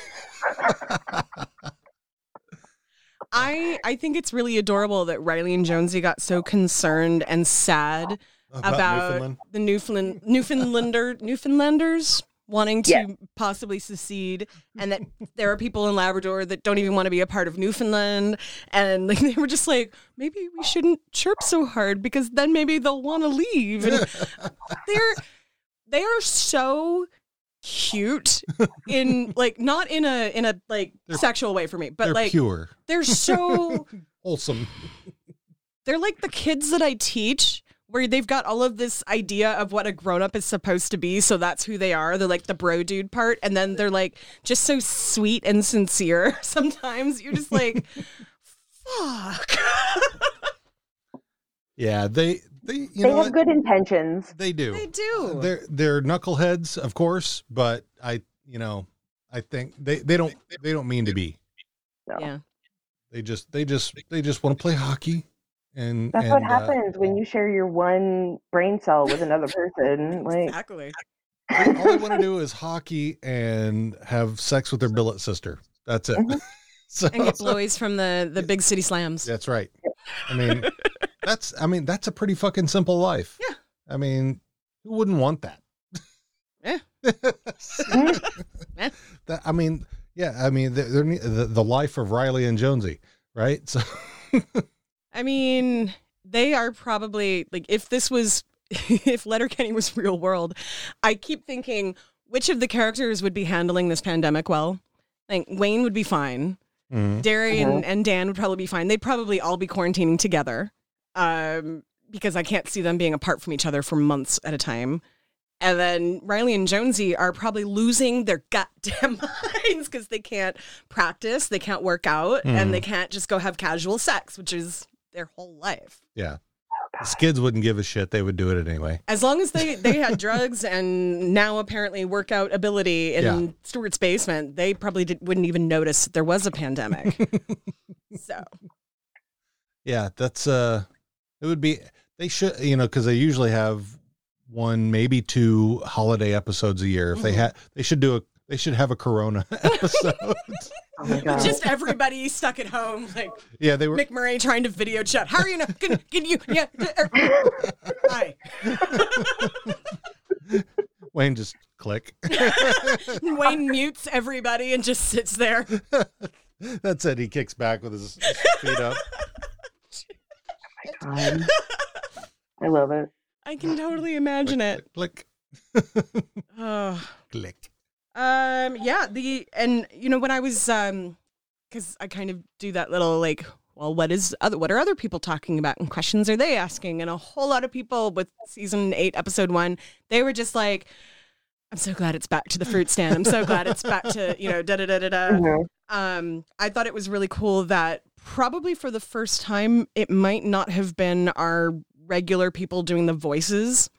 D: I I think it's really adorable that Riley and Jonesy got so concerned and sad
C: About
D: about,
C: Newfoundland.
D: the Newfoundland Newfoundlander Newfoundlanders wanting to
C: Yeah.
D: possibly secede and that there are people in Labrador that don't even want to be a part of Newfoundland and like, [LAUGHS] they were just like maybe we shouldn't chirp so hard because then maybe they'll want to leave
C: [LAUGHS]
D: and they're they are so cute in like not in a in a like sexual way for me but
C: they're
D: like
C: pure. [LAUGHS]
D: they're so
C: Wholesome.
D: they're like the kids that i teach where they've got all of this idea of what a grown-up is supposed to be so that's who they are they're like the bro dude part and then they're like just so sweet and sincere [LAUGHS] sometimes you're just like fuck
C: Yeah, they they you
E: they
C: know
E: have
C: what?
E: good intentions.
C: They do.
D: They do.
C: They're they're knuckleheads, of course, but I you know I think they they don't they don't mean to be.
D: yeah
C: They just they just they just want to play hockey, and
E: That's
C: and,
E: what
C: uh,
E: happens when you share your one brain cell with another person. Like
D: exactly.
C: all
E: [LAUGHS]
C: they want to do is hockey and have sex with their billet sister. That's it.
E: Mm-hmm.
C: [LAUGHS] So-
D: and get blowies from the the big city slams
C: That's right. I
D: [LAUGHS]
C: mean, that's I mean that's a pretty fucking simple life.
D: Yeah.
C: I mean, who wouldn't want that? [LAUGHS]
D: Yeah.
C: that I mean, yeah. I mean, they're, they're ne- the the life of Riley and Jonesy, right? So [LAUGHS]
D: I mean, they are probably like if this was [LAUGHS] if Letterkenny was real world, I keep thinking which of the characters would be handling this pandemic well. Like Wayne would be fine. Derry and, and Dan would probably be fine. They'd probably all be quarantining together. Um, because I can't see them being apart from each other for months at a time. And then Riley and Jonesy are probably losing their [LAUGHS] goddamn minds because they can't practice, they can't work out,
C: Mhm.
D: and they can't just go have casual sex, which is their whole life.
C: yeah, skids wouldn't give a shit. They would do it anyway.
D: As long as they, they had drugs and now apparently workout ability in
C: Yeah.
D: Stuart's basement, they probably did, wouldn't even notice that there was a pandemic. so,
C: Yeah, that's uh it would be they should you know cuz they usually have one maybe two holiday episodes a year. If they
D: Mhm.
C: had they should do a they should have a corona [LAUGHS]
D: [LAUGHS]
C: episode.
D: It's just everybody stuck at home, like
C: yeah, they were
D: Mick Murray trying to video chat. How are you? Now? Good, good. You? Yeah. er, Hi.
C: Wayne just click. [LAUGHS]
D: Wayne mutes everybody and just sits there.
C: That's it. He kicks back with his feet up.
D: [LAUGHS]
E: God. I love it.
D: I can totally imagine it.
C: Click,
D: Oh.
C: click.
D: Um. Yeah. The and you know when I was um, because I kind of do that little like, well, what is other? What are other people talking about? And questions are they asking? And a whole lot of people with season eight, episode one, they were just like, "I'm so glad it's back to the fruit stand. I'm so glad it's back to you know da da da da da."
E: Mhm.
D: Um. I thought it was really cool that probably for the first time it might not have been our regular people doing the voices.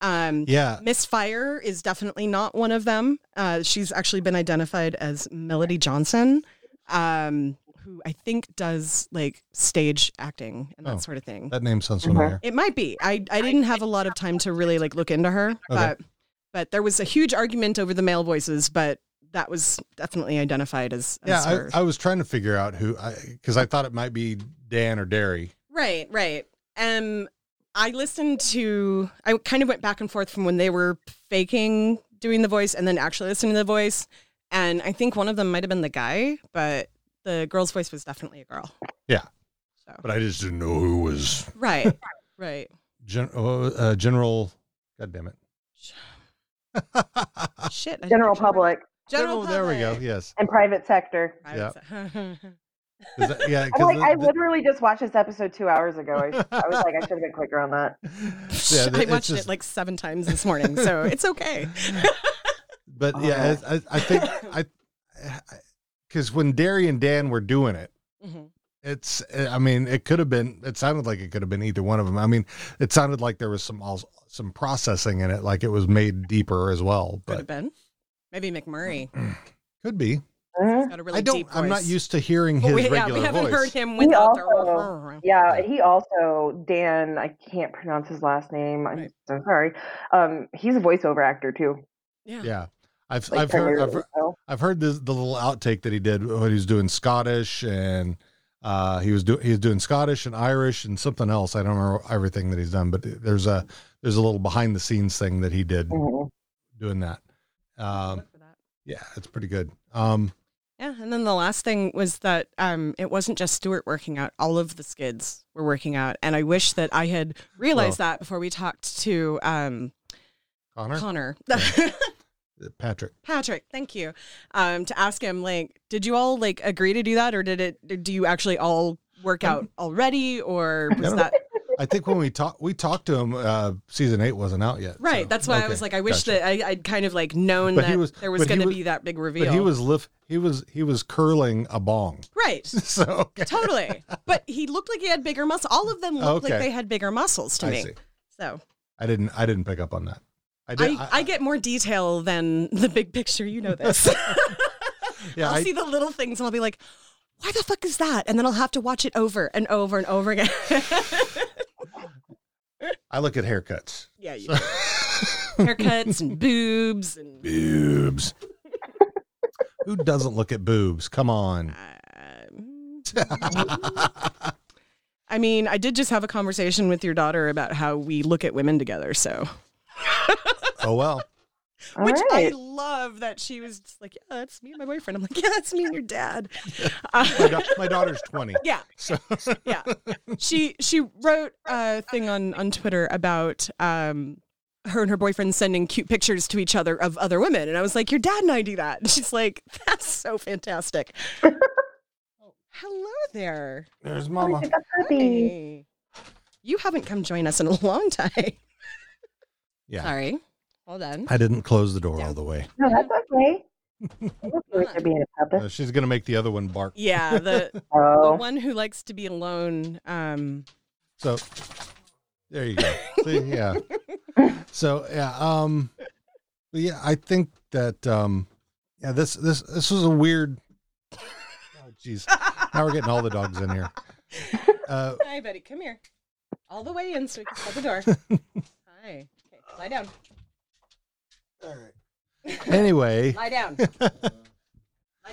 D: Um,
C: Yeah.
D: Miss Fire is definitely not one of them. Uh, she's actually been identified as Melody Johnson, um, who I think does like stage acting and that
C: Oh,
D: sort of thing.
C: That name
D: Mm-hmm.
C: sounds familiar.
D: It might be. I, I didn't have a lot of time to really like look into her, but but there was a huge argument over the male voices, but that was definitely identified as, as
C: Yeah,
D: her.
C: I, I was trying to figure out who I cuz I thought it might be Dan or Derry.
D: Right, right. Um, I listened to. I kind of went back and forth from when they were faking doing the voice and then actually listening to the voice. And I think one of them might have been the guy, but the girl's voice was definitely a girl.
C: Yeah.
D: So.
C: But I just didn't know who was
D: Right,
C: [LAUGHS]
D: right.
C: Gen- oh, uh, General God damn it.
D: Shit. I-
E: General public
D: [LAUGHS] General.
C: there we go. Yes.
E: and private sector.
C: Yeah.
D: [LAUGHS] public.
C: 'Cause that-
D: [LAUGHS]
C: yeah.
E: I'm
C: 'cause
E: like,
C: the-
E: I
C: the-
E: literally just watched this episode two hours ago. I, I was like, I should have been quicker on that.
C: [LAUGHS] yeah,
D: [LAUGHS] I
C: it's
D: watched
C: just-
D: it like seven times this
C: [LAUGHS]
D: morning, so it's okay. Uh-huh.
C: But yeah, I, I- I think I, because when Derry and Dan were doing it,
D: Mhm.
C: it's I mean it could have been it sounded like it could have been either one of them. I mean it sounded like there was some also, some processing in it, like it was made deeper as well.
D: Could
C: But
D: have been. Maybe McMurray.
C: could be.
D: He's got a really
C: Mm-hmm. I don't.
D: deep voice.
C: I'm not used to hearing his
D: Well, we, yeah,
C: regular
D: we haven't
C: voice.
D: heard him
E: He
D: without [LAUGHS] the.
E: also, yeah, he also Dan. I can't pronounce his last name. I'm so sorry. Um, he's a voiceover actor too.
C: Yeah. I've
E: Like
C: I've
D: oh.
C: heard I've,
E: primarily, so.
C: I've heard this, the little outtake that he did when he was doing Scottish and uh, Uh, he was doing he was doing Scottish and Irish and something else. I don't remember everything that he's done, but there's a there's a little behind the scenes thing that he did
D: Oh.
E: Mhm.
C: doing that. Um, yeah, it's pretty good. Um,
D: Yeah, and then the last thing was that um, it wasn't just Stuart working out; all of the skids were working out, and I wish that I had realized that before we talked to um,
C: Connor,
D: Connor.
C: Uh, Patrick.
D: [LAUGHS] Patrick, thank you. Um, to ask him, like, did you all like agree to do that, or did it? Do you actually all work out already, or
C: Um, I
D: was
C: don't-
D: that
C: I think when we talked we talked to him, uh, season eight wasn't out yet.
D: right?
C: so-
D: That's why I
C: okay,
D: was like, I wish
C: gotcha.
D: that I, I'd kind of like known
C: But he
D: that
C: was-
D: there was
C: but he
D: going to
C: was-
D: be that big reveal.
C: But he was lift. He was he was curling a bong. [LAUGHS]
D: right.
C: So okay. [LAUGHS]
D: Totally, but he looked like he had bigger muscles. All of them looked like
C: Okay.
D: they had bigger muscles to
C: I
D: me.
C: see.
D: So
C: I didn't I didn't pick up on that. I
D: I,
C: did. I,
D: I, get more detail than the big picture. You know this.
C: yeah,
D: I'll
C: I,
D: see the little things and I'll be like, why the fuck is that? And then I'll have to watch it over and over and over again. [LAUGHS]
C: I look at haircuts.
D: yeah, you haircuts and boobs and [LAUGHS]
C: Boobs. Who doesn't look at boobs? Come
D: [LAUGHS]
C: on.
D: I mean, I did just have a conversation with your daughter about how we look at women together. So,
C: Oh well.
E: All
D: which I
E: right.
D: love that she was just like, yeah, that's me and my boyfriend. I'm like, yeah, that's me and your dad.
C: My, da- my daughter's twenty.
D: [LAUGHS] Yeah.
C: So
D: yeah she she wrote a thing on on twitter about um her and her boyfriend sending cute pictures to each other of other women and i was like your dad and i do that [LAUGHS] and she's like that's so fantastic Oh, hello there
C: there's
E: Oh,
C: mama.
E: look at that puppy.
D: Hey. you haven't come join us in a long [LAUGHS] time
C: Yeah.
D: sorry hold on
C: I didn't close the door all the way.
D: [LAUGHS]
E: No, that's
C: [LAUGHS]
E: okay. I'm okay with there being a
C: Uh,
E: puppet.
C: she's gonna make the other one bark.
D: yeah the, the
E: Oh,
D: one who likes to be alone um
C: So there you [LAUGHS] go. See, yeah. So yeah, um but yeah, I think that um yeah, this this this was a weird Oh jeez. Now we're getting all the dogs in here. Uh
D: hi buddy come here all the way in so we can shut the door [LAUGHS] hi okay lie down
C: anyway,
D: lie [LAUGHS] down lie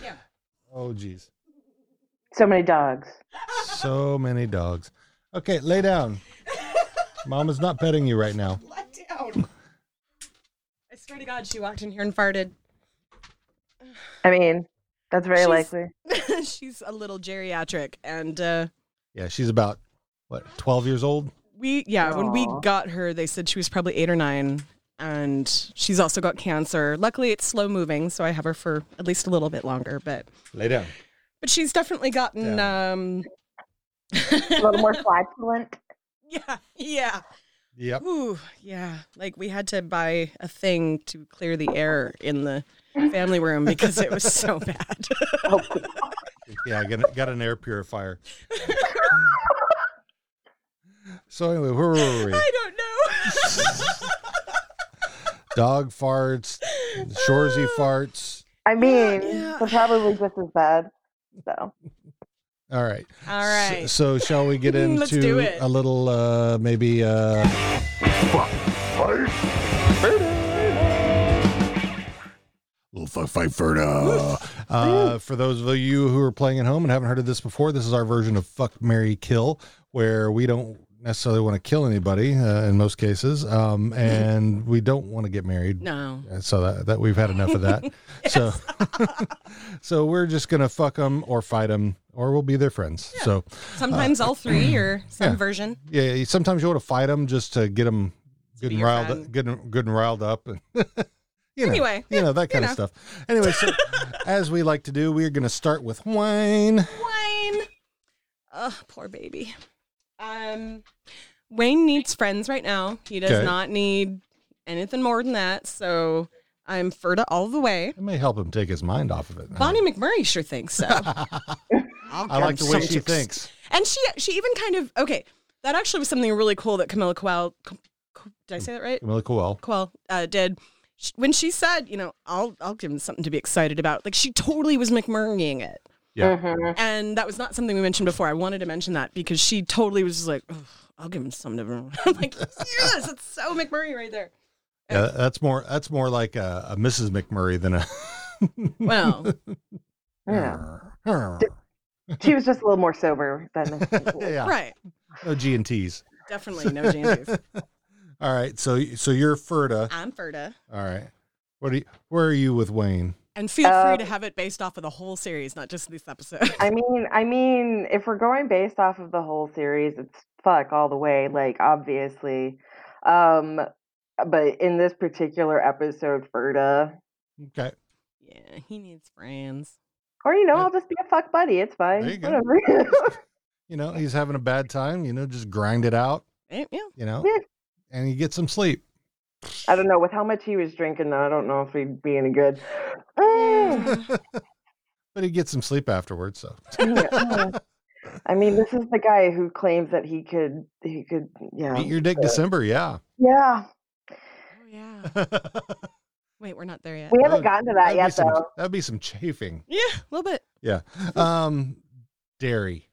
D: down
C: oh jeez.
E: so many dogs.
C: So many dogs. Okay, lay down. Mama's not petting you right now.
D: Lie down. I swear to God, she walked in here and farted.
E: I mean, that's very
D: She's- [LAUGHS]
E: likely.
D: She's a little geriatric, and uh,
C: Yeah, she's about what, 12 years old?
D: we yeah, when we
E: Aw.
D: got her, they said she was probably eight or nine, and she's also got cancer. Luckily, it's slow moving, so I have her for at least a little bit longer. But
C: Lay down.
D: but she's definitely gotten um [LAUGHS]
E: A little more flatulent.
D: yeah yeah
C: Yep.
D: ooh yeah like we had to buy a thing to clear the air in the family room because it was [LAUGHS] so bad.
C: Yeah, I got, got an air purifier. so anyway, where were we?
D: [LAUGHS] I don't [LAUGHS] know.
C: Dog farts,
D: [SIGHS]
C: Shorzy farts.
E: I mean,
D: yeah.
E: they're probably just as bad. So,
C: All right.
D: All
C: S-
D: right.
C: So, shall we get
D: [LAUGHS] Let's
C: into
D: do it.
C: a little uh maybe uh
B: Little fuck fight Ferda.
C: Uh, for those of you who are playing at home and haven't heard of this before, this is our version of Fuck Mary Kill, where we don't necessarily want to kill anybody uh, in most cases,
D: [LAUGHS]
C: um, and we don't want to get married.
D: No.
C: And so that, that we've had enough of
D: [LAUGHS]
C: that. So, [LAUGHS] so we're just gonna fuck them or fight them, or we'll be their friends. So,
D: [LAUGHS] Sometimes all three or some version.
C: yeah, sometimes you want to fight them just to get them good
D: be
C: and
D: your
C: riled,
D: friend.
C: good and good and riled up. And [LAUGHS] you know,
D: Anyway,
C: you know that kind
D: know.
C: of stuff. Anyway,
D: [LAUGHS]
C: so as we like to do, we are going to start with wine.
D: Wayne. Oh, poor baby. Um, Wayne needs friends right now. He does
C: Okay.
D: not need anything more than that. So I'm Ferda all the way.
C: It may help him take his mind off of it.
D: Bonnie McMurray sure thinks [LAUGHS] so.
C: I like the way she thinks.
D: And she she even kind of okay. That actually was something really cool that Camilla Quell. Did I say that right?
C: Camilla Coel.
D: Quell uh, did sh- when she said, you know, I'll I'll give him something to be excited about. Like she totally was McMurraying it,
C: Yeah.
D: Mm-hmm. and that was not something we mentioned before. I wanted to mention that because she totally was just like, "Ugh, I'll give him something. To [LAUGHS] I'm like, yes, it's so McMurray right there.
C: yeah, that's more. That's more like a, a Mrs. McMurray than a. [LAUGHS]
D: Well,
E: yeah. she was just a little more sober
C: [LAUGHS]
E: than
C: yeah.
D: Right.
C: No G and T's.
D: Definitely no jandies.
C: All right. So so you're Ferda.
D: I'm Ferda.
C: All right. What are you, where are you with Wayne?
D: And feel
E: Uh,
D: free to have it based off of the whole series, not just this episode. [LAUGHS]
E: I mean, I mean, if we're going based off of the whole series, it's fuck all the way, like obviously. Um but in this particular episode, Ferda,
C: Okay.
D: yeah, he needs friends.
E: or you know,
C: Yeah.
E: I'll just be a fuck buddy. It's fine.
C: There you go.
E: Whatever. [LAUGHS]
C: You know, he's having a bad time, you know, just grind it out,
D: Eh, Yeah.
C: you know,
E: Yeah.
C: and you get some sleep.
E: I don't know with how much he was drinking though. I don't know if he'd be any good. [SIGHS]
D: Hmm.
E: Mm.
C: But he gets some sleep afterwards. So,
E: Yeah, mm. I mean, this is the guy who claims that he could, he could, yeah,
C: Eat your dick December. Yeah. [LAUGHS]
E: yeah.
D: Oh yeah.
C: That
D: Wait, we're not there yet.
E: We haven't
C: would-
E: gotten to
C: that'd
E: that
C: be
E: yet,
C: some-
E: though.
C: That'd be some chafing.
D: Yeah, a little bit.
C: Yeah. Um, dairy.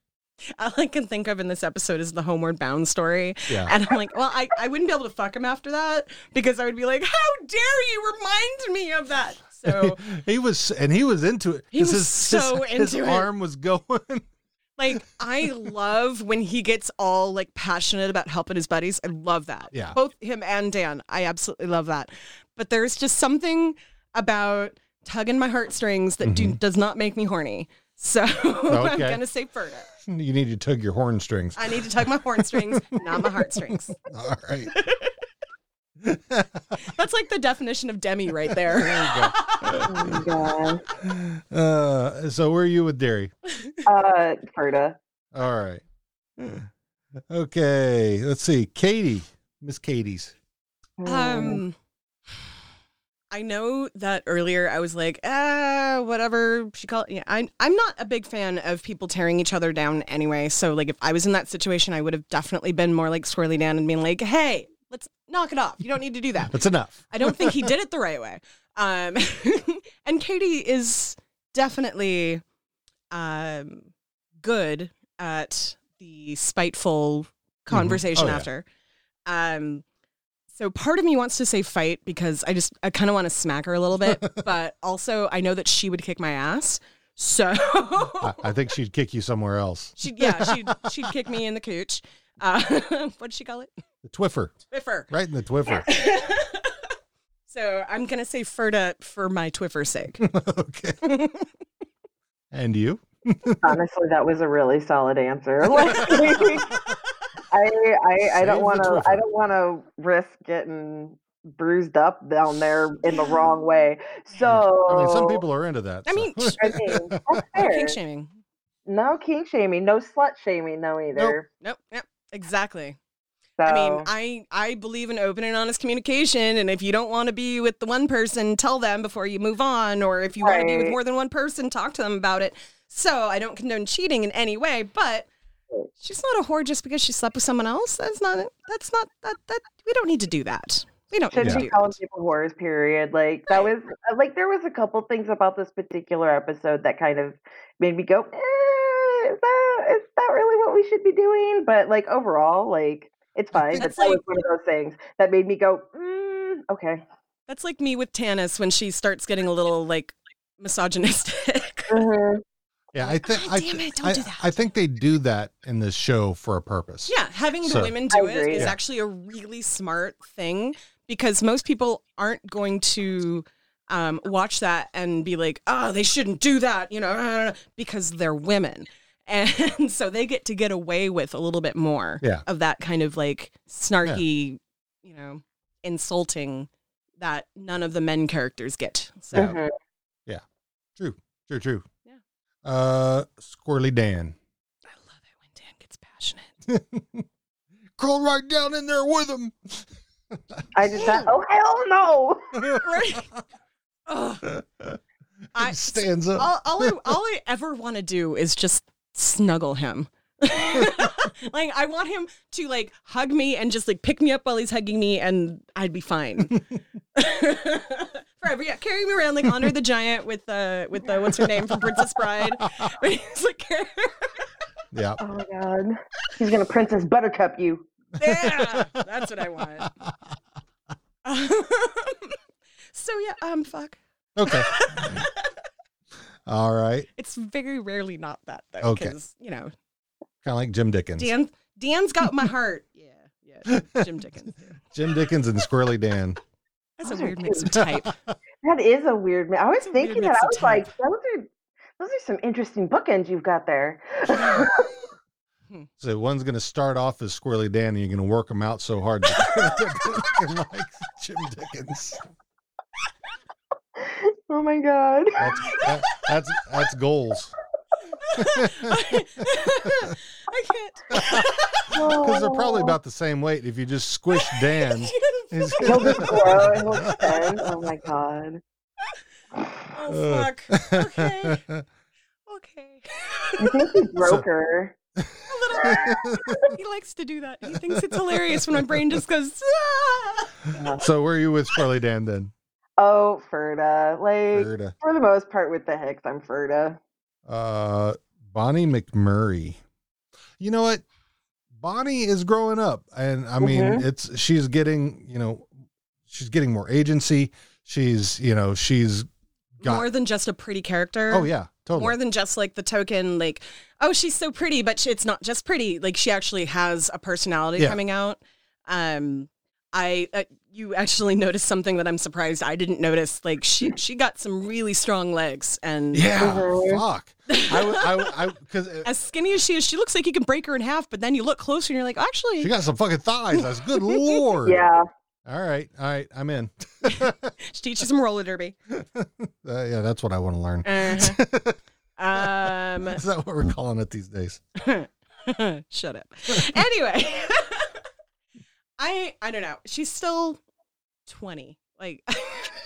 D: All I can think of in this episode is the homeward bound story.
C: Yeah.
D: And I'm like, well, I, I wouldn't be able to fuck him after that because I would be like, how dare you remind me of that?
C: [LAUGHS]
D: So,
C: he was, and he was into it.
D: He
C: 'cause
D: was so
C: his
D: into it.
C: arm was going. [LAUGHS]
D: like, I love when he gets all like passionate about helping his buddies. I love that.
C: Yeah.
D: Both him and Dan. I absolutely love that. But there's just something about tugging my heartstrings that do, does not make me horny. So [LAUGHS] I'm
C: Mm-hmm. Okay.
D: going to say further.
C: you need to tug your horn strings.
D: I need to tug my horn strings, not my heartstrings.
C: All right.
D: [LAUGHS] That's like the definition of demi right there.
E: Oh my God.
C: [LAUGHS] Uh, so where are you with dairy?
E: [LAUGHS] Uh, Ferda.
C: All right. Okay. Let's see. Katie, Miss Katie's.
D: [LAUGHS]
E: Mm,
D: Um, I know that earlier I was like, ah, whatever she called. Yeah, I'm I'm not a big fan of people tearing each other down anyway. So like, if I was in that situation, I would have definitely been more like swirly down and being like, hey, let's knock it off. You don't need to do that.
C: That's enough.
D: I don't think he did it the right way. Um, [LAUGHS] and Katie is definitely um, good at the spiteful conversation
C: Oh, yeah.
D: after. Um, so part of me wants to say fight because I just I kind of want to smack her a little
C: [LAUGHS]
D: bit, but also I know that she would kick my ass. So
C: I, I think she'd kick you somewhere else.
D: she yeah she would [LAUGHS] she'd kick me in the cooch. Uh, [LAUGHS] what'd she call it?
C: The Twiffer,
D: Twiffer.
C: right in the Twiffer.
D: So I'm gonna say Ferda for my Twiffer's sake.
C: okay. and you?
E: Honestly, that was a really solid answer. [LAUGHS]
C: [LAUGHS]
E: Like, I, I, I
C: Save the
E: don't want to, I
C: Twiffer.
E: don't want to risk getting bruised up down there in the wrong way. So,
C: I mean, some people are into that.
D: I
C: so. [LAUGHS]
D: mean, sh-
E: I mean, that's fair.
D: kink shaming.
E: No kink shaming, no slut shaming, no either.
D: Nope. Yep. Exactly.
E: So,
D: I mean, I I believe in open and honest communication, and if you don't want to be with the one person, tell them before you move on, or if you want to be with
E: Right.
D: more than one person, talk to them about it. So I don't condone cheating in any way, but she's not a whore just because she slept with someone else. That's not. That's not. That that we don't need to do that. We don't need
E: shouldn't
D: to
E: be
D: do
E: calling
D: that.
E: people whores period like that was uh, like there was a couple things about this particular episode that kind of made me go eh, is that is that really what we should be doing but like overall like it's fine but
D: That's
E: that was
D: like-
E: one of those things that made me go mm, okay
D: That's like me with Tanis when she starts getting a little like misogynistic. [LAUGHS]
E: Mhm.
C: yeah, I think.
I: God
C: I,
I: damn it, don't
C: I,
I: do that.
C: I think they do that in this show for a purpose.
D: Yeah, having the
C: So-
D: women
E: I
D: do it
E: agree.
D: is
E: Yeah.
D: actually a really smart thing because most people aren't going to um, watch that and be like, oh, they shouldn't do that, you know, uh, because they're women. [LAUGHS] And so they get to get away with a little bit more
C: Yeah.
D: of that kind of like snarky, you know, insulting that none of the men characters get. So
C: Yeah.
E: Mhm.
C: True. True. True.
D: Yeah.
C: Uh, Squirrely Dan.
D: I love it when Dan gets passionate. [LAUGHS]
C: Crawl right down in there with him.
E: i just thought oh hell no
D: Right?
C: [LAUGHS]
D: Ugh. I- Oh.
C: He stands up.
D: all, all, I, all I ever want to do is just snuggle him. [LAUGHS] like I want him to like hug me and just like pick me up while he's hugging me, and I'd be fine forever. Yeah, carry me around like Honor the Giant with uh with the what's her name from Princess Bride. [LAUGHS] When he's like,
C: yeah.
E: oh my god he's gonna princess buttercup you
D: yeah, that's what I want. [LAUGHS] so yeah, um, fuck.
C: Okay. All right.
D: It's very rarely not that though,
C: Okay.
D: because you know
C: Kind of like Jim Dickens.
D: Dan Dan's got my heart. [LAUGHS] Yeah, yeah. Jim Dickens.
C: Jim Dickens and Squirrely Dan.
D: [LAUGHS] That's
E: Those
D: a
E: are
D: weird mix of
E: cute.
D: [LAUGHS] type.
E: That is a weird. mi- I was
D: weird
E: thinking that.
D: mix
E: I
D: of
E: was like, those are those are some interesting bookends you've got there.
C: So one's going to start off as Squirrely Dan, and you're going to work them out so hard that they're gonna [LAUGHS] look like Jim Dickens.
E: [LAUGHS] oh my god.
C: That's that, that's that's goals
D: I can't.
C: because they're probably about the same weight. If you just squish [LAUGHS]
D: [LAUGHS]
C: Dan, he's
E: He'll just grow and he'll expand. Oh my god.
C: Uh.
D: Oh
C: [LAUGHS]
D: fuck. Okay. Okay.
E: I think he broke her.
D: he likes to do that. He thinks it's hilarious when my brain just goes. "Ah!"
C: so were you with Squirrely Dan then?
E: Oh, Ferda. Like
C: Ferda.
E: for the most part with the Hicks, I'm Ferda.
C: Uh, Bonnie McMurray. You know what? Bonnie is growing up, and I mean,
E: Mhm.
C: it's she's getting you know, she's getting more agency. She's you know, she's got
D: More than just a pretty character.
C: oh yeah, totally.
D: More than just like the token, like, oh, she's so pretty, but she, it's not just pretty. Like, she actually has a personality
C: Yeah.
D: coming out. Um, I, uh, you actually [LAUGHS] noticed something that I'm surprised I didn't notice. Like, she, she got some really strong legs, and
C: yeah, fuck. I w- I w- I uh, because
D: [LAUGHS] as skinny as she is, she looks like you can break her in half. But then you look closer, and you're like, actually,
C: she got some fucking thighs. That's
D: [LAUGHS]
C: good lord.
E: Yeah.
C: All right, all right, I'm in. [LAUGHS]
D: she teaches some roller derby.
C: Uh, yeah, that's what I want to learn.
D: Uh, Um, [LAUGHS]
C: Is that what we're calling it these days?
D: Shut
C: [LAUGHS]
D: up. anyway, [LAUGHS] I I don't know. She's still twenty. Like [LAUGHS]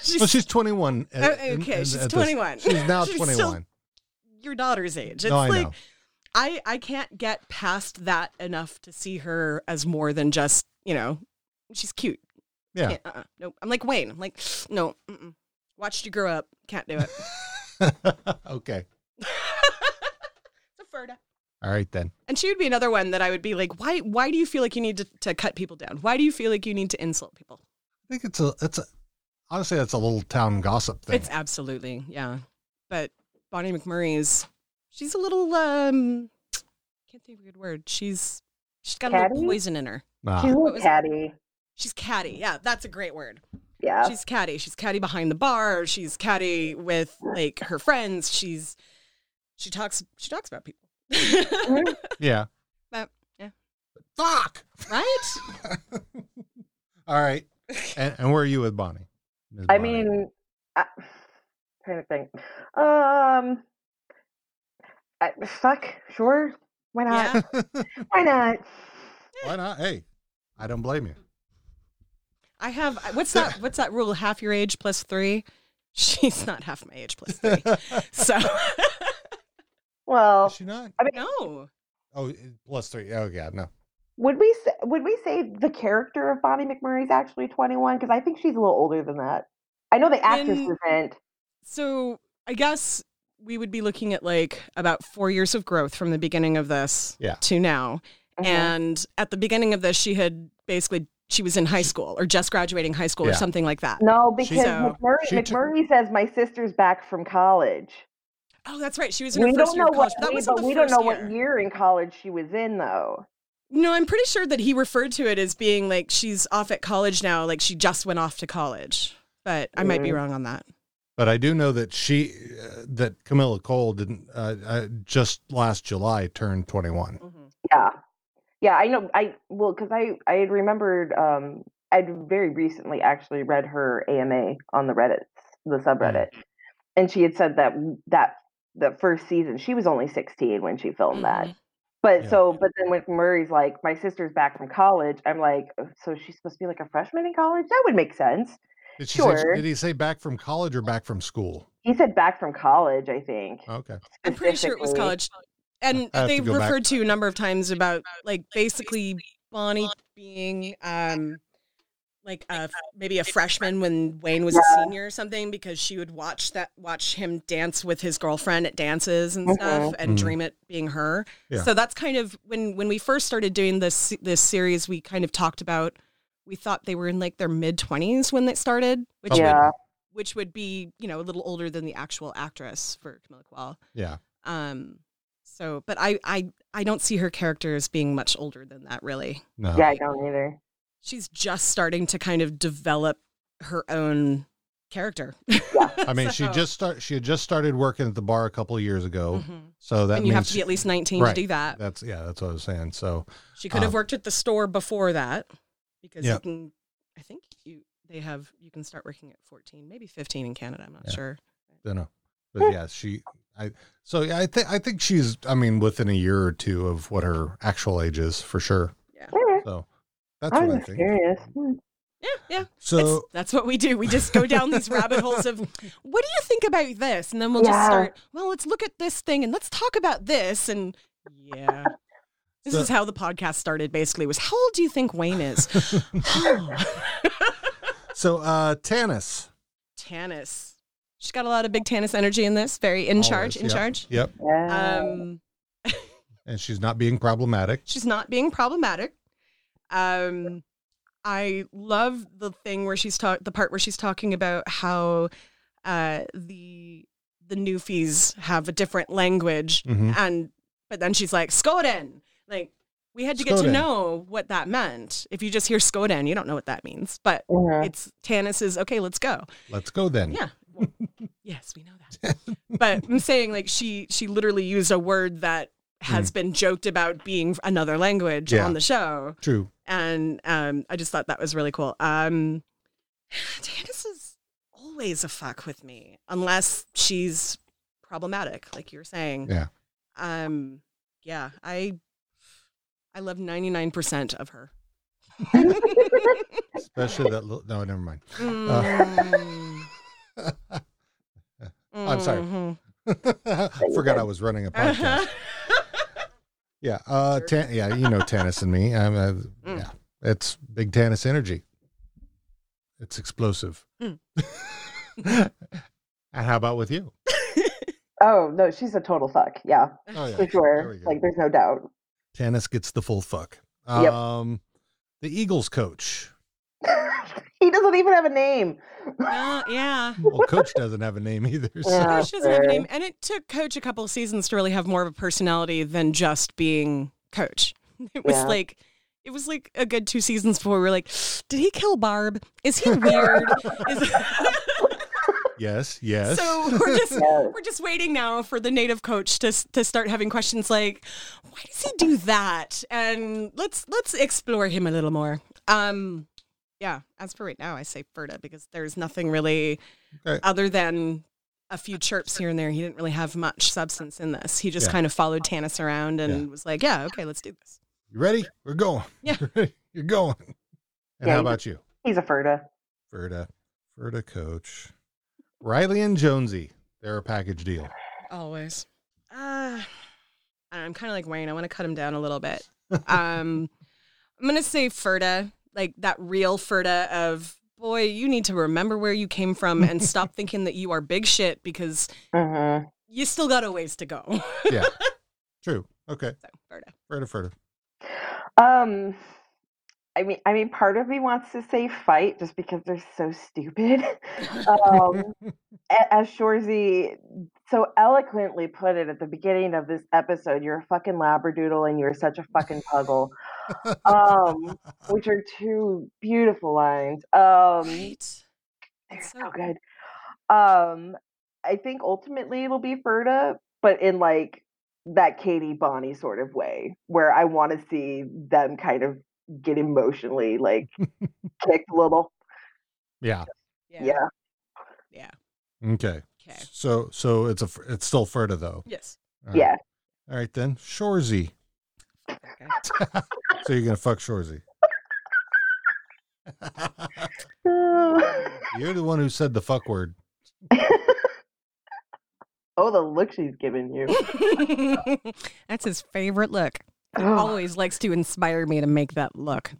D: she's, Oh,
C: well, Oh, she's 21. at-
D: Okay,
C: in- in-
D: she's
C: at this-
D: 21.
C: She's now
D: [LAUGHS] She's still-
C: 21.
D: your daughter's age. It's
C: No, I
D: like
C: know.
D: I I can't get past that enough to see her as more than just you know she's cute.
C: Yeah.
D: Can't- uh-uh. Nope. I'm like Wayne. I'm like [SNIFFS] no. Mm-mm. Watched you grow up. Can't
C: [LAUGHS]
D: do it.
C: okay.
D: It's a Ferda.
C: All right then.
D: And she would be another one that I would be like, why? Why do you feel like you need to, to cut people down? Why do you feel like you need to insult people?
C: I think it's a it's a honestly that's a little town gossip thing.
D: It's absolutely, yeah. But Bonnie McMurray's she's a little um can't think of a good word. She's she's got a
E: Catty?
D: little poison in her. [LAUGHS]
C: Nah.
E: She's a
D: What
E: little
D: was it?
E: catty.
D: She's catty. Yeah, that's a great word.
E: Yeah.
D: She's catty. She's catty behind the bar. She's catty with like her friends. She's she talks she talks about people.
C: yeah.
D: but yeah.
C: Fuck.
D: Right?
C: [LAUGHS] All
D: [LAUGHS]
C: right. And, and where are you with Bonnie? Ms.
E: I
C: Bonnie?
E: mean, I, trying to think. Um, I, fuck, sure, why not?
D: Yeah.
E: Why not?
C: why not? Hey, I don't blame you.
D: I have what's that what's that rule? Half your age plus three? She's not half my age plus
C: [LAUGHS]
D: three. So
E: Well,
C: Is she not?
E: I mean,
D: no.
C: Oh, plus three. Oh, yeah. No.
E: would we say, would we say the character of Bonnie McMurray is actually 21? Because I think she's a little older than that. I know the actress
D: In-
E: isn't.
D: So I guess we would be looking at like about four years of growth from the beginning of this
C: Yeah.
D: to now.
E: Mhm.
D: And at the beginning of this, she had basically she was in high school or just graduating high school or
C: Yeah.
D: something like that.
E: No, because
D: So-
E: McMurray,
C: She took-
E: McMurray says my sister's back from college.
D: Oh, that's right. She was in
E: We
D: her first
E: don't
D: year
E: know
D: of
E: what
D: college. That
E: we,
D: wasn't
E: but
D: the
E: we don't
D: first
E: know
D: year.
E: what year in college she was in though.
D: No, I'm pretty sure that he referred to it as being like she's off at college now, like she just went off to college. But I might be wrong on that.
C: But I do know that she, uh, that Camilla Cole didn't, uh, uh, just last July turned 21.
E: Yeah. Yeah, I know I well cuz I I had remembered um I'd very recently actually read her AMA on the Reddit, the
D: Hmm.
E: subreddit. And she had said that that the first season she was only 16 when she filmed
D: Mm-hmm.
E: that. But
C: Yeah.
E: so but then when Murray's like my sister's back from college, I'm like "Oh, so she's supposed to be like a freshman in college? That would make sense.
C: Did she say,
E: Sure.
C: did he say back from college or back from school?
E: He said back from college, I think.
C: Okay.
D: I'm pretty sure it was
E: specifically.
D: college. And
C: I have to
D: they've
C: go back.
D: referred to a number of times about like basically Bonnie being um like a, maybe a freshman when Wayne was a senior or something because she would watch that watch him dance with his girlfriend at dances and stuff and
C: Mhm.
D: dream it being her.
C: Yeah.
D: So that's kind of when when we first started doing this this series
C: Oh,
D: we kind of talked about we thought they were in like their mid 20s when they started, which
E: Oh, Yeah.
D: which would be you know a little older than the actual actress for Camilla Qual.
C: Yeah.
D: Um. So, but I I I don't see her character as being much older than that, really.
C: No.
E: Yeah, I don't either.
D: She's just starting to kind of develop her own character. [LAUGHS]
C: I mean, she
D: So- Mm-hmm.
C: just start she had just started working at the bar a couple of years ago, so Oh, that
D: and you have
C: means-
D: to be at least 19
C: Right.
D: to do that.
C: That's yeah, that's what I was saying. So
D: She could
C: um,
D: have worked at the store before that because
C: Yeah.
D: you can I think you they have you can start working at 14, maybe 15 in Canada, I'm not
C: Yeah.
D: sure.
C: dunno. but yeah, she I so yeah, I think I think she's I mean within a year or two of what her actual age is for sure.
D: Yeah.
C: So that's
E: I
C: what I
E: was
C: think.
E: curious. Hmm.
D: Yeah, yeah.
C: So
D: It's- that's what we do. We just go
C: [LAUGHS]
D: down these rabbit holes of what do you think about this? And then we'll just
E: Yeah.
D: start, well, let's look at this thing and let's talk about this and yeah. This
C: So-
D: is how the podcast started basically was how old do you think
C: [LAUGHS]
D: Wayne is? [SIGHS]
C: so uh Tanis
D: Tannis. She's got a lot of big Tannis energy in this. Very in
C: Always,
D: charge, in
C: yep,
D: charge.
C: Yep.
E: Yeah.
D: Um,
C: And she's not being problematic.
D: she's not being problematic. Um, I love the thing where she's talk the part where she's talking about how uh, the the Newfies have a different language,
C: Mhm.
D: and but then she's like Skoden, like. We had to get to
C: Skoden.
D: know what that meant. If you just hear Skoden, you don't know what that means. But
E: Mhm.
D: it's Tannis is okay. Let's go.
C: Let's go then.
D: Yeah.
C: [LAUGHS]
D: Well, yes, we know that. but I'm saying like she she literally used a word that has been joked about being another language
C: Mm. Yeah.
D: on the show,
C: True.
D: and um, I just thought that was really cool. Um, [SIGHS] Tannis is always a fuck with me unless she's problematic, like you were saying.
C: Yeah.
D: Um, yeah, I I love 99 percent of her.
C: Especially that little no, never mind. [LAUGHS]
D: Mm.
C: I'm sorry.
D: Mhm.
C: Forgot I was running a
D: [LAUGHS]
C: podcast. Yeah, uh, tan- yeah, you know Tannis and me. I'm, uh,
D: Mm.
C: Yeah, it's big Tannis energy. It's explosive.
D: Mm.
C: [LAUGHS] and how about with you?
E: Oh no, she's a total fuck. Yeah,
C: Oh yeah, there
E: for
C: we
E: sure.
C: go.
E: Like, there's no doubt. [LAUGHS]
C: Tannis gets the full fuck.
E: Yep.
C: Um, the Eagles coach.
E: he doesn't even have a name.
D: Uh, yeah.
C: Well, coach doesn't have a name either. So.
E: Yeah.
D: Coach doesn't have a
E: fair.
D: name, and it took Coach a couple of seasons to really have more of a personality than just being Coach. [LAUGHS] It was
E: Yeah.
D: like, it was like a good two seasons before we were like, did he kill Barb? Is he
E: [LAUGHS]
D: weird? Is-
C: Yes, yes.
D: so we're just
E: Yes.
D: we're just waiting now for the native coach to to start having questions like, why does he do that? And let's let's explore him a little more. Um, yeah. As for right now, I say Ferda because there's nothing really
C: Okay.
D: other than a few chirps here and there. He didn't really have much substance in this. He just
C: Yeah.
D: kind of followed Tanis around and was like, yeah, okay, let's do this.
C: you ready? We're going.
D: Yeah.
C: [LAUGHS] You're going. And
E: Yeah,
C: how
E: you-
C: about you,
E: He's a Ferda.
C: Ferda? Ferda coach. Riley and Jonesy. They're a package deal.
D: Always. Uh, I am kind of like Wayne. I want to cut him down a little bit. Um, I'm gonna say Ferda, like that real Ferda of boy. You need to remember where you came from and stop thinking that you are big shit because
E: hmm
D: you still got a ways to go. [LAUGHS]
C: Yeah. True. Okay.
D: so, Ferda.
C: Ferda, Ferda.
E: Um, I mean, I mean, part of me wants to say fight just because they're so stupid. [LAUGHS] um, a- as Shorzy so eloquently put it at the beginning of this episode, you're a fucking labradoodle and you're such a fucking puggle,
C: [LAUGHS]
E: um, which are two beautiful lines. Um,
D: Right.
E: they're
D: It's
E: so,
D: so-
E: good. Um, I think ultimately it'll be Ferda, but in like that Katie Bonnie sort of way, where I want to see them kind of get emotionally like kicked a little.
C: Yeah.
E: Yeah.
C: Okay.
D: Okay.
C: So so it's a it's still Ferta though.
D: Yes. [LAUGHS]
C: All right.
E: yeah. [LAUGHS]
C: All right then, Shorzy.
D: Okay.
C: [LAUGHS] So you're gonna fuck Shorzy. you're the one who said the fuck word.
E: oh, the look she's giving you.
D: That's his favorite look. He
E: Ugh.
D: always likes to inspire me to make that look.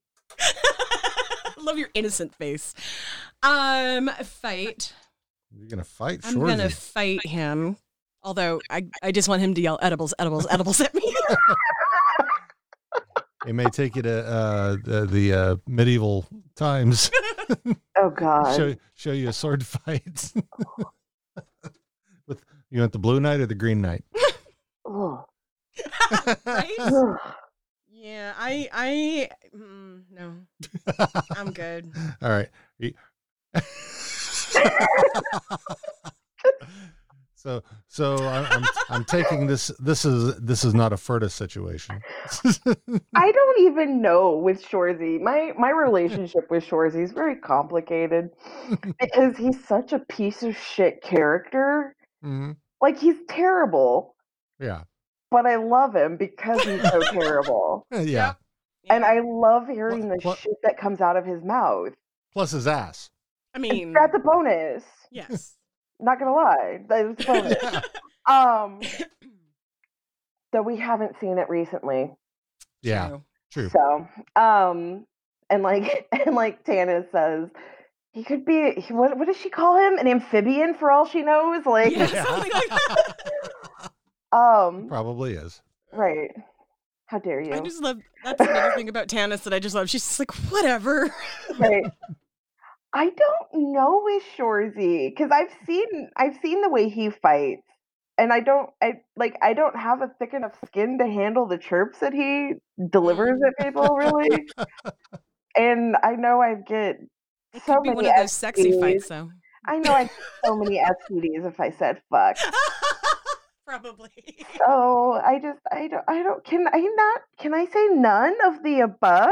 D: [LAUGHS] Love your innocent face. Um, fight.
C: You're gonna fight
D: I'm gonna
C: Shorzy.
D: fight him. Although I, I just want him to yell edibles, edibles, edibles at me. [LAUGHS]
C: It may take you to uh, the, the uh, medieval times.
E: Oh God.
C: show show you a sword fight. [LAUGHS] With you want the blue knight or the green knight?
E: Oh.
D: right? yeah, I, I, mm, no, I'm good.
C: [LAUGHS] All right. Ye- [LAUGHS] so so I'm, I'm I'm taking this this is this is not a Furta situation. [LAUGHS]
E: I don't even know with Shorzy. My my relationship with Shorzy is very complicated because he's such a piece of shit character.
C: Mhm.
E: Like he's terrible,
C: Yeah.
E: but I love him because he's
C: [LAUGHS]
E: so terrible.
C: Yeah.
E: And I love hearing the
C: what-
E: shit that comes out of his mouth.
C: Plus his ass.
D: I mean,
E: That's a bonus.
D: yes.
E: Not gonna lie, that is a bonus.
C: [LAUGHS]
E: Um, so we haven't seen it recently.
C: Yeah. True.
E: So, um, and like [LAUGHS] and like Tana says, he could be he, what? What does she call him? An amphibian, for all she knows. Like,
C: Yeah.
E: um,
C: Probably is.
E: right? How dare you?
D: I just love that's another thing about Tanis that I just love. She's just like, whatever.
E: right. I don't know with Shorzy because I've seen I've seen the way he fights, and I don't I like I don't have a thick enough skin to handle the chirps that he delivers at people really. and I know I get so
D: Be
E: many
D: one of those sexy
E: STDs.
D: fights, though. [LAUGHS]
E: I know I get so many STDs if I said fuck.
D: Probably.
E: So I just I don't I don't can I not can I say none of the above?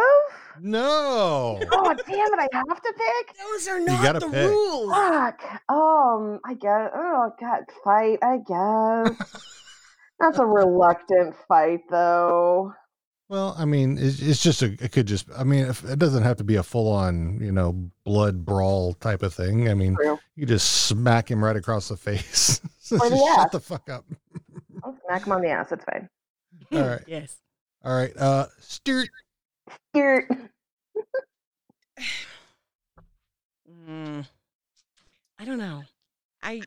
C: No.
E: Oh damn it! I have to pick.
D: Those are
C: not gotta the pick.
D: rules. [LAUGHS]
E: Fuck. Um, I guess. Oh, God, fight. I guess. That's a reluctant fight, though.
C: Well, I mean, it's, it's just a, it could just, I mean, if, it doesn't have to be a full on, you know, blood brawl type of thing. I mean,
E: True.
C: you just smack him right across the face. [LAUGHS] just
E: Or the
C: shut
E: ass.
C: the fuck up.
E: I'll smack him on the ass. It's fine.
C: All right.
D: Yes.
C: All right. Uh, Stuart.
E: Here.
D: Mm. I don't know. I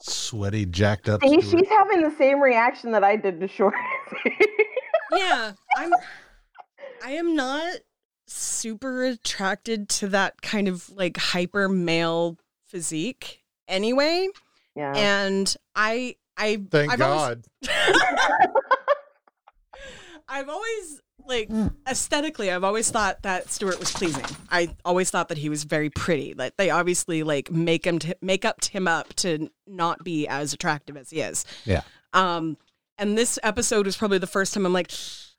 C: Sweaty, jacked up.
E: See,
C: Stuart.
E: she's having the same reaction that I did to Short.
D: yeah, I'm. I am not super attracted to that kind of like hyper male physique anyway,
E: [LAUGHS] yeah.
D: and I I
C: Uh-huh. Thank
D: I've always-
C: God.
D: I've always like aesthetically, I've always thought that Stewart was pleasing. I always thought that he was very pretty. Like they obviously like make him t- make up him up to not be as attractive as he is.
C: Yeah.
D: Um, and this episode was probably the first time I'm like,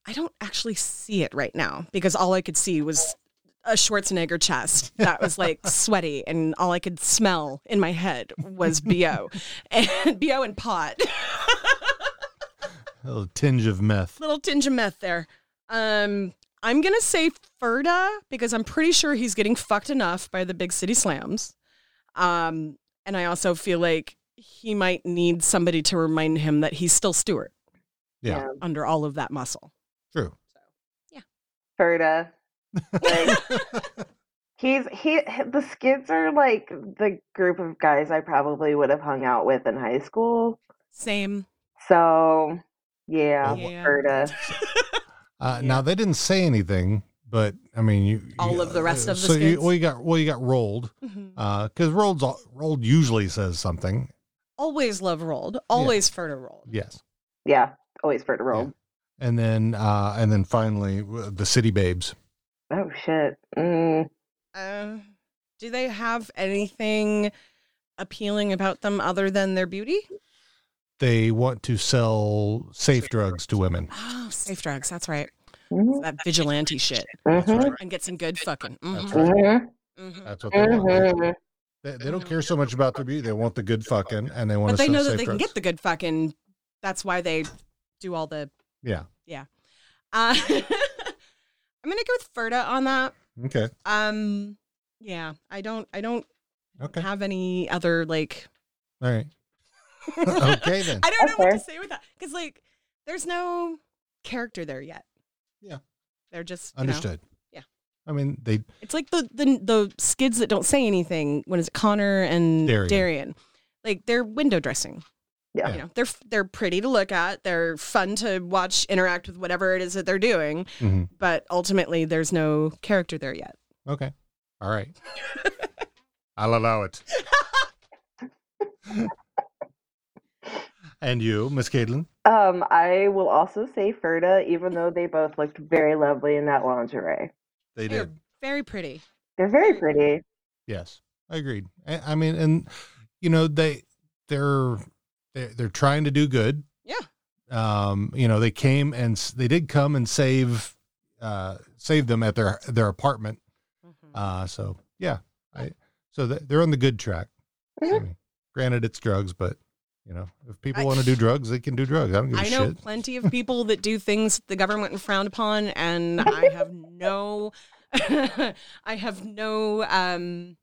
D: I don't actually see it right now because all I could see was a Schwarzenegger chest that was like sweaty, and all I could smell in my head was bo and bo and pot.
C: A little tinge of meth.
D: little tinge of meth there. Um, I'm gonna say Ferda because I'm pretty sure he's getting fucked enough by the big city slams. Um, and I also feel like he might need somebody to remind him that he's still Stewart
C: Yeah.
D: under all of that muscle.
C: True.
E: Ferda.
D: [LAUGHS]
E: Like, he's he. The Skids are like the group of guys I probably would have hung out with in high school.
D: Same.
E: So, yeah,
D: Yeah.
E: Ferda.
C: Uh, Now they didn't say anything, but I mean, you
D: All
C: you-
D: of the rest of the
C: so you,
D: skits? Mm-hmm.
C: well, you got well, you got rolled because rolled rolled usually says something.
D: Always love rolled. Always Ferda rolled.
C: Yes,
E: Yeah, always Ferda roll.
C: and then uh, and then finally w- the city babes.
E: Oh shit. Mm.
D: Uh, do they have anything appealing about them other than their beauty?
C: They want to sell safe drugs to women.
D: Oh, safe drugs. That's right.
E: Mhm.
D: That vigilante shit.
E: Mhm.
D: and get some good fucking.
C: That's
D: mhm,
C: right.
E: Mhm.
D: mhm.
C: That's what they want.
E: Mhm.
C: They, they don't care so much about their beauty. They want the good fucking, and they want to
D: But they
C: sell
D: know
C: safe
D: that they can
C: drugs.
D: get the good fucking. That's why they do all the.
C: Yeah.
D: Uh, [LAUGHS] I'm gonna go with Ferda on that.
C: Okay.
D: Um, yeah, I don't, I don't
C: Okay.
D: have any other like.
C: All
D: [LAUGHS]
C: right. [LAUGHS] okay then.
D: I don't know what
E: Okay.
D: to say with that because like, there's no character there yet.
C: Yeah.
D: they're just you know,
C: Understood.
D: Yeah.
C: I mean, they
D: It's like the the the skids that don't say anything. When is it Connor and
C: Darian.
D: Darian? Like they're window dressing.
E: Yeah.
D: you know they're they're pretty to look at. They're fun to watch interact with whatever it is that they're doing.
C: Mhm.
D: But ultimately, there's no character there yet.
C: okay. All
D: [LAUGHS]
C: right. I'll allow it. and you, Miss Caitlin?
E: Um, I will also say Ferda, even though they both looked very lovely in that lingerie.
C: They
D: They're
C: did.
D: very pretty.
E: They're very pretty.
C: Yes, I agreed. I, I mean, and you know they they're they're, they're trying to do good.
D: Yeah.
C: Um, you know they came and s- they did come and save uh save them at their their apartment.
D: Mm-hmm.
C: Uh, so yeah, I so th- they're on the good track. I mean, granted, it's drugs, but you know if people
D: Mm-hmm. I-
C: want to do drugs, they can do drugs. I don't give a
D: I know
C: shit.
D: plenty of people that do things the government would frown upon, and I have no, [LAUGHS] I have no, um,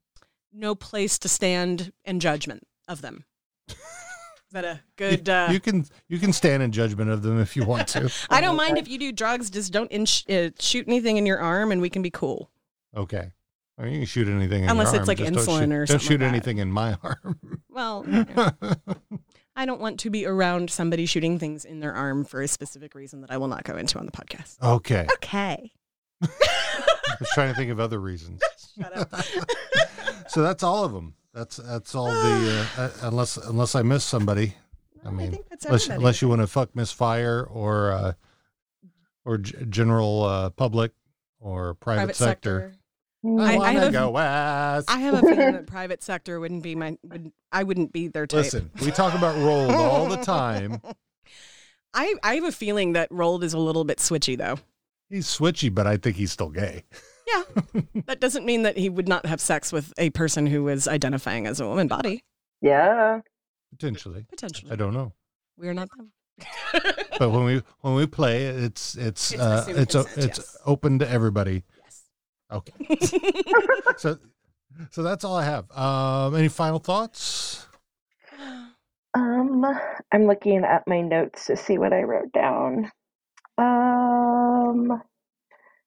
D: no place to stand in judgment of them. Is that a good? Uh,
C: you can you can stand in judgment of them if you want
D: [LAUGHS]
C: to.
D: I don't mind if you do drugs. Just don't inch uh, shoot anything in your arm, and we can be cool.
C: Okay. I mean, you can shoot anything in
D: Unless
C: your
D: it's
C: arm,
D: like
C: just don't
D: insulin
C: shoot-
D: or
C: don't
D: something
C: shoot
D: like that.
C: anything in my [LAUGHS] arm.
D: Well, you know, I don't want to be around somebody shooting things in their arm for a specific reason that I will not go into on the podcast.
C: Okay.
D: Okay.
C: I was trying to think of other reasons.
D: [LAUGHS] Shut up.
C: [LAUGHS] So that's all of them. That's that's all
D: [SIGHS]
C: the uh, uh, unless unless I miss somebody. I mean,
D: that's
C: unless,
D: everybody.
C: unless you want to fuck Miss Fire or uh, or g- general uh, public or private,
D: Private
C: sector.
D: I- I
C: I,
D: have
C: want
D: a-
C: to go west.
D: I have a feeling that private sector wouldn't be my would I wouldn't be their type.
C: Listen, we talk about rolled all
D: [LAUGHS]
C: the time.
D: I I have a feeling that Rold is a little bit switchy though.
C: He's switchy, but I think he's still gay.
D: That doesn't mean that he would not have sex with a person who is identifying as a woman body
E: Yeah.
C: Potentially.
D: potentially.
C: I don't know.
D: We are not them.
C: but when we when we play, it's it's
D: It's
C: uh,
D: assumed
C: it's o-
D: consent,
C: it's open to everybody. Yes. Okay.
D: [LAUGHS]
C: so so that's all I have. Um, any final thoughts?
E: Um, I'm looking at my notes to see what I wrote down. Um,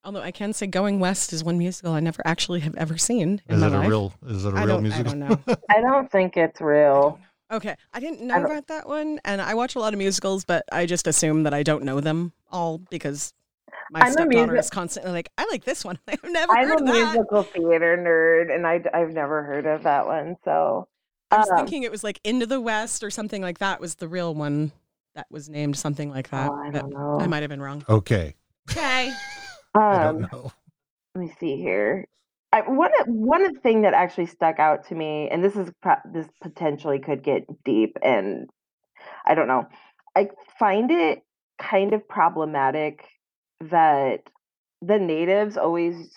D: Although I can say Going West is one musical I never actually have ever seen in
C: Is
D: my
C: it a
D: life.
C: real is it a
D: I
C: real
D: don't,
C: music?
D: I don't know.
E: I don't think it's real.
D: Okay, I didn't know
E: I don't-
D: about that one, and I watch a lot of musicals, but I just assume that I don't know them all because my
E: I'm a
D: stepdaughter
E: music-
D: is constantly like, "I like this one. [LAUGHS] I've never
E: I'm
D: heard
E: a
D: of that."
E: musical theater nerd, and I, have never heard of that one. So,
D: I was
E: um,
D: thinking it was like Into the West or something like that was the real one that was named something like that.
E: Oh, I
D: but
E: don't know.
D: I might have been wrong.
C: [LAUGHS] Okay.
D: Okay.
C: I
E: um,
C: don't know.
E: let me see here. I, one one thing that actually stuck out to me, and this is pro- this potentially could get deep, and I don't know. I find it kind of problematic that the natives always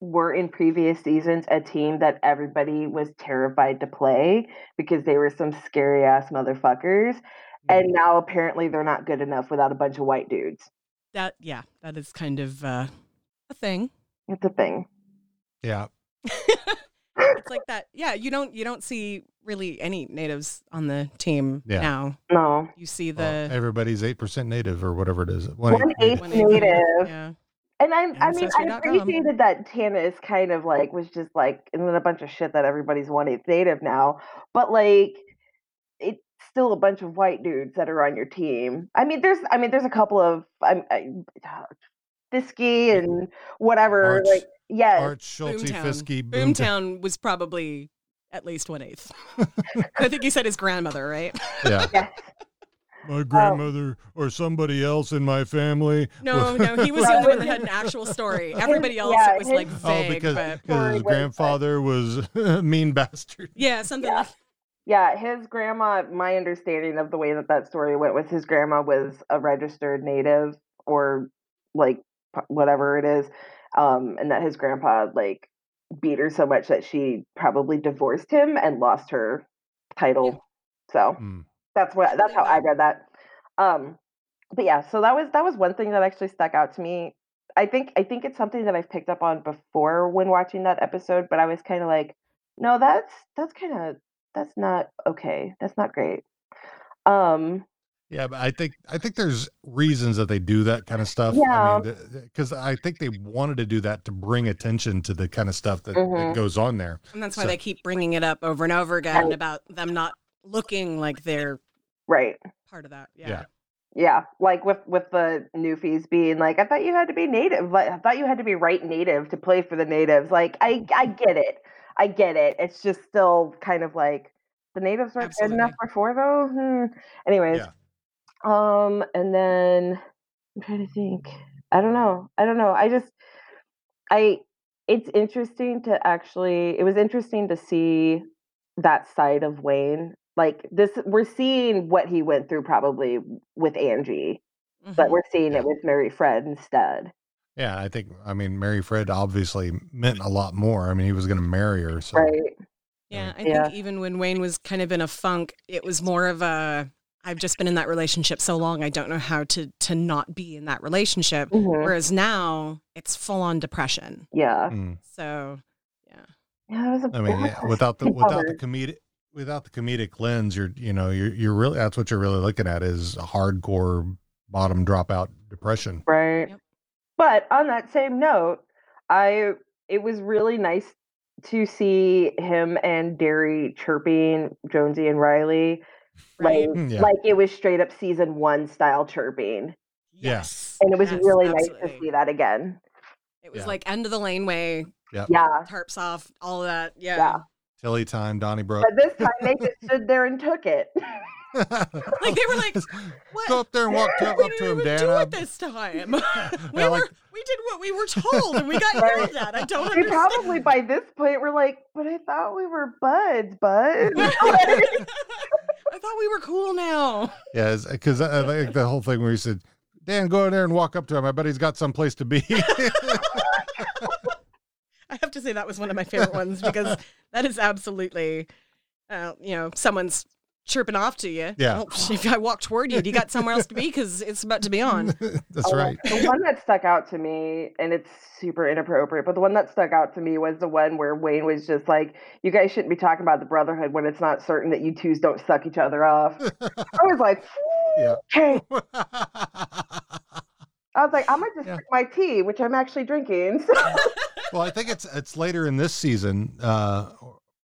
E: were in previous seasons a team that everybody was terrified to play because they were some scary ass motherfuckers, and now apparently they're not good enough without a bunch of white dudes.
D: That yeah, that is kind of uh, a thing.
E: It's a thing.
C: Yeah.
D: It's like that. Yeah, you don't you don't see really any natives on the team
C: Yeah.
D: now.
E: No,
D: You see
C: Well,
D: the
C: everybody's eight percent native or whatever it is. One
E: one eighth
D: one eighth-
E: native.
D: Yeah.
E: And I, I mean, I
D: Ancestry.com.
E: appreciated that Tana is kind of like was just like, and then a bunch of shit that everybody's one eighth native now, but like, it's still a bunch of white dudes that are on your team. I mean, there's, I mean, there's a couple of, I'm, I, Fisky and whatever,
C: Arch-
E: like, yes,
C: Art Schulte
D: Boomtown.
C: Fisky
D: Boomtown was probably at least one eighth. I think he said his
C: [LAUGHS]
D: grandmother, right?
C: Yeah.
E: yes.
C: My grandmother or somebody else in my family.
D: No, no, he was the only one that had an actual story. Everybody else
E: Yeah,
D: it was like
E: his-
D: vague,
C: oh, because
D: but
C: because his
E: Sorry, wait,
C: grandfather was [LAUGHS] a mean bastard.
D: yeah, something
E: Yeah.
D: like
E: Yeah, his grandma, my understanding of the way that that story went was his grandma was a registered native or like p- whatever it is. Um, and that his grandpa like beat her so much that she probably divorced him and lost her title. Mm. So
C: Hmm.
E: that's what that's how I read that. Um, but yeah, so that was that was one thing that actually stuck out to me. I think I think it's something that I've picked up on before when watching that episode, but I was kind of like, no, that's that's kind of that's not okay. That's not great. Um,
C: Yeah, but I think I think there's reasons that they do that kind of stuff.
E: Yeah.
C: because I think they wanted to do that to bring attention to the kind of stuff that,
E: Mhm.
C: that goes on there.
D: And that's why
C: So-
D: they keep bringing it up over and over again
E: Right.
D: about them not looking like they're
E: right.
D: part of that. Yeah.
C: Yeah.
E: Yeah, like with with the newfies being like, I thought you had to be native. Like, I thought you had to be right native to play for the natives. Like, I I get it, I get it. It's just still kind of like the natives weren't good enough before though. Hmm. Anyways, um, and then I'm trying to think. I don't know. I don't know. I just I it's interesting to actually it was interesting to see that side of Wayne. Like this we're seeing what he went through probably with Angie,
D: Mm-hmm.
C: Mm-hmm.
E: but we're seeing it with Mary Fred instead.
C: Yeah, I think I mean Mary Fred obviously meant a lot more. I mean, he was going to marry her, so
E: Right.
D: Yeah, I
E: Yeah.
D: think even when Wayne was kind of in a funk, it was more of a I've just been in that relationship so long, I don't know how to to not be in that relationship.
C: Mm-hmm.
E: Mhm.
D: Whereas now it's full on depression.
E: Yeah.
C: Mm.
D: So
E: Yeah, it was a
C: I mean, yeah,
E: [LAUGHS]
C: without the without the comedic without the comedic lens, you're you know you're you're really that's what you're really looking at is hardcore bottom dropout depression.
E: Right. But on that same note, I it was really nice to see him and Derry chirping Jonesy and Riley. Like,
C: Mm, yeah.
E: like it was straight up season one style chirping.
C: Yes.
E: And it was
D: Yes,
E: really nice to
D: absolutely.
E: see that again.
D: it was
C: Yeah.
D: like end of the laneway,
C: Yep.
E: Yeah.
D: tarps off, all of that. Yeah.
E: Yeah.
C: Tilly time, Donnybrook.
E: But this time they
C: [LAUGHS]
E: just stood there and took it.
D: [LAUGHS] Like they were like, what?
C: Go up there and walk to, up
D: we
C: to
D: didn't
C: him,
D: even
C: Dan.
D: do
C: I-
D: it this time. [LAUGHS] we
C: [LAUGHS] yeah,
D: were
C: like,
D: we did what we were told and we got
E: Right.
D: yelled at. I don't
E: We
D: understand.
E: probably by this point were like, but I thought we were buds,
C: [LAUGHS]
E: bud. [LAUGHS]
D: [LAUGHS] I thought we were cool now.
C: yeah, because I, I think the whole thing where he said, "Dan, go in there and walk up to him. I bet he's got some place to
D: [LAUGHS]
C: be." [LAUGHS]
D: I have to say that was one of my favorite ones
C: [LAUGHS]
D: because that is absolutely, uh, you know, someone's chirping off to you.
C: Yeah.
D: Oh, [LAUGHS] if I walk toward you, you got somewhere else to be because it's about to be on.
C: That's right.
E: The one that stuck out to me, and it's super inappropriate, but the one that stuck out to me was the one where Wayne was just like, "You guys shouldn't be talking about the Brotherhood when it's not certain that you twos don't suck each other off." I was like,
C: [LAUGHS] Yeah.
E: "Okay." I was like, "I'm gonna just
C: Yeah.
E: drink my tea, which I'm
C: [LAUGHS]
E: actually drinking." [LAUGHS]
C: [LAUGHS]
E: So,
C: well, I think it's it's later in this season. Uh,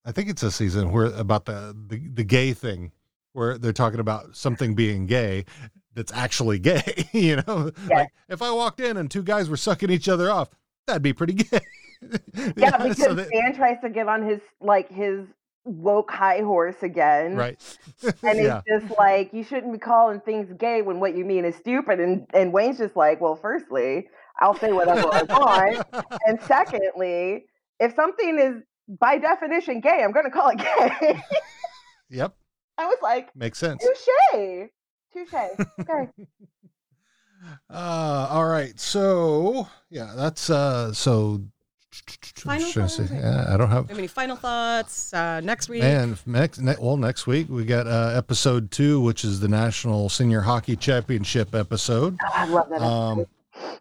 C: I think it's a season where about the, the the gay thing, where they're talking about something being gay that's actually gay. [LAUGHS] You know, like if I walked in and two guys were sucking each other off, that'd be pretty gay. [LAUGHS]
E: yeah,
C: so
E: because
C: they-
E: Dan tries to get on his like his woke high horse again,
C: right.
E: And it's [LAUGHS]
C: yeah,
E: just like you shouldn't be calling things gay when what you mean is stupid. And and Wayne's just like, well, firstly, I'll say whatever I want, and secondly, if something is by definition gay, I'm going to call it gay. [LAUGHS]
C: yep,
E: I was like,
C: makes sense.
E: touche, touche. Okay,
C: Uh, all right. So yeah, that's uh. So
D: Final
C: should I say-
D: thought?
C: yeah, I don't have
D: I mean, final thoughts uh, next week.
C: Man, if next ne- well next week we got uh, episode two, which is the National Senior Hockey Championship episode.
E: I love that.
C: Um,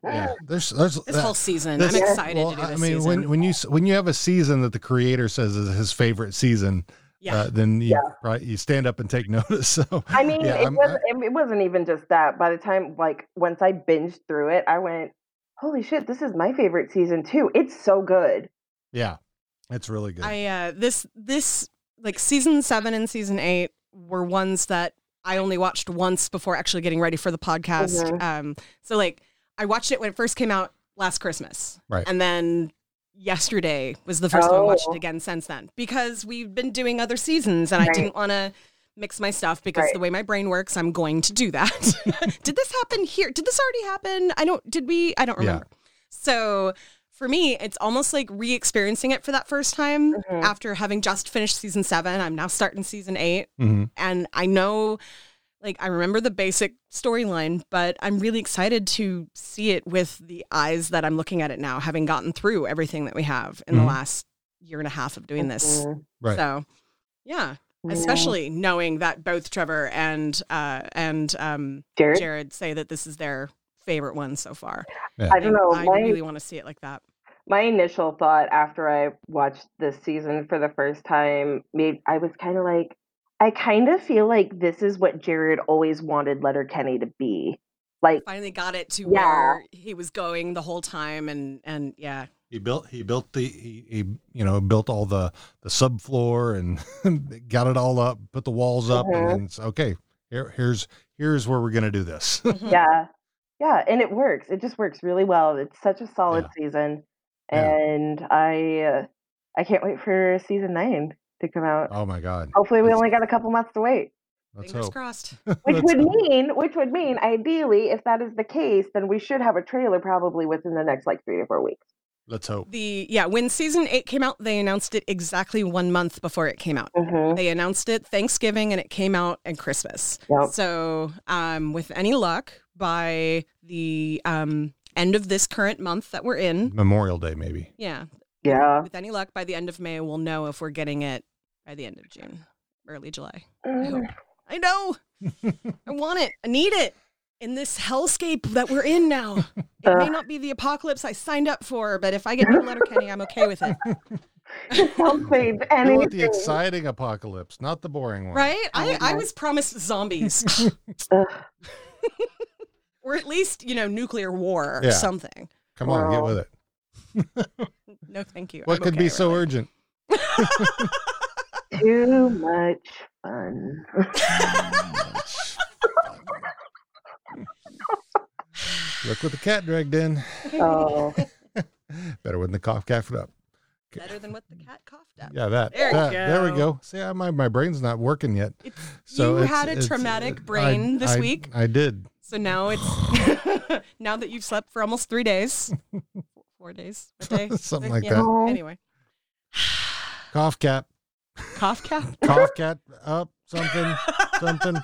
C: yeah, there's there's
D: This
C: that-
D: whole season,
C: this-
D: I'm excited
C: well,
D: to do this
C: I mean,
D: season.
C: when when you s- when you have a season that the creator says is his favorite season,
D: Yeah.
C: uh, then you
E: Yeah.
C: right, you stand up and take [LAUGHS] notice. So
E: I mean,
C: yeah,
E: it
C: I'm-
E: wasn't. it wasn't even just that. By the time, like, once I binged through it, I went, "Holy shit! This is my favorite season too. It's so good."
C: yeah, it's really good.
D: I uh, this this like season seven and season eight were ones that I only watched once before actually getting ready for the podcast.
E: Mhm.
D: Um, so like I watched it when it first came out last Christmas,
C: Right.
D: And then yesterday was the first time I watched
E: Oh.
D: it again since then because we've been doing other seasons and I
E: Right.
D: didn't want to mix my stuff because
E: Right.
D: the way my brain works, I'm going to do that. [LAUGHS] did this happen here? Did this already happen? I don't. Did we? I don't
C: Yeah.
D: remember. So for me, it's almost like re experiencing it for that first time
E: Mhm.
D: after having just finished season seven. I'm now starting season eight.
C: Mhm.
D: And I know, like, I remember the basic storyline, but I'm really excited to see it with the eyes that I'm looking at it now, having gotten through everything that we have in
C: Mhm.
D: the last year and a half of doing this.
E: Mhm.
C: Right.
D: So, yeah.
E: Yeah.
D: Especially knowing that both Trevor and uh, and um,
E: Jared,
D: Jared say that this is their favorite one so far.
E: I don't know.
D: I
E: my-
D: really want to see it like that.
E: my initial thought after I watched this season for the first time made I was kind of like I kind of feel like this is what Jared always wanted Letterkenny to be. Like
D: finally got it to
E: Yeah.
D: where he was going the whole time and and yeah
C: He built he built the he, he you know built all the the subfloor and [LAUGHS] got it all up, put the walls up,
E: Mhm.
D: Mm-hmm.
C: and then it's okay. Here, here's here's where we're gonna do this. [LAUGHS]
E: yeah. Yeah. And it works. It just works really well. It's such a solid season.
C: Yeah.
E: And I uh, I can't wait for season nine to come out.
C: oh my god.
E: Hopefully we only got a couple months
C: [LAUGHS]
E: to wait.
C: Let's
D: Fingers
C: hope.
D: crossed.
E: Which
C: Let's
E: would
C: hope.
E: mean which would mean ideally, if that is the case, then we should have a trailer probably within the next like three to four weeks.
C: Let's hope.
D: The yeah, when season eight came out, they announced it exactly one month before it came out.
C: Mm-hmm.
E: Mhm.
D: They announced it Thanksgiving and it came out and Christmas.
E: Yep.
D: So, um, with any luck, by the um, end of this current month that we're in,
C: Memorial Day, maybe.
D: yeah,
E: Yeah.
D: with any luck, by the end of May, we'll know if we're getting it by the end of June, early July. I, hope. [LAUGHS]
E: [LAUGHS]
D: I know. I want it. I need it in this hellscape that we're in now. It may
C: Uh.
E: Ugh.
D: not be the apocalypse I signed up for, but if I get new Letterkenny, I'm
C: [LAUGHS]
D: okay with it.
E: Something
C: You want the
E: anything.
C: exciting apocalypse, not the boring one.
D: Right? I,
C: Oh,
D: I was promised zombies.
C: [LAUGHS]
D: or at least, you know, nuclear war or
C: Yeah.
D: something.
C: Come on, get with it.
D: No, thank you.
C: What
D: I'm
C: could
D: okay,
C: be so
D: really.
C: urgent?
E: Too much fun.
C: Look what the cat dragged in.
E: oh.
C: Better when the cough caffed up.
D: better than what the cat coughed up?
C: Yeah, that.
D: There you
C: that- There we
D: go.
C: go. See, I, my my brain's not working yet.
D: you
C: it's-
D: had a
C: it's-
D: traumatic
C: I-
D: brain this
C: I-
D: week?
C: I did.
D: So now
C: [LAUGHS]
D: it's [LAUGHS] now that you've slept for almost three days, four days, a day,
C: [LAUGHS] Something like
D: yeah.
C: that.
D: Anyway,
C: Cough cap.
D: cough cap.
C: Cough cat up. Something. something.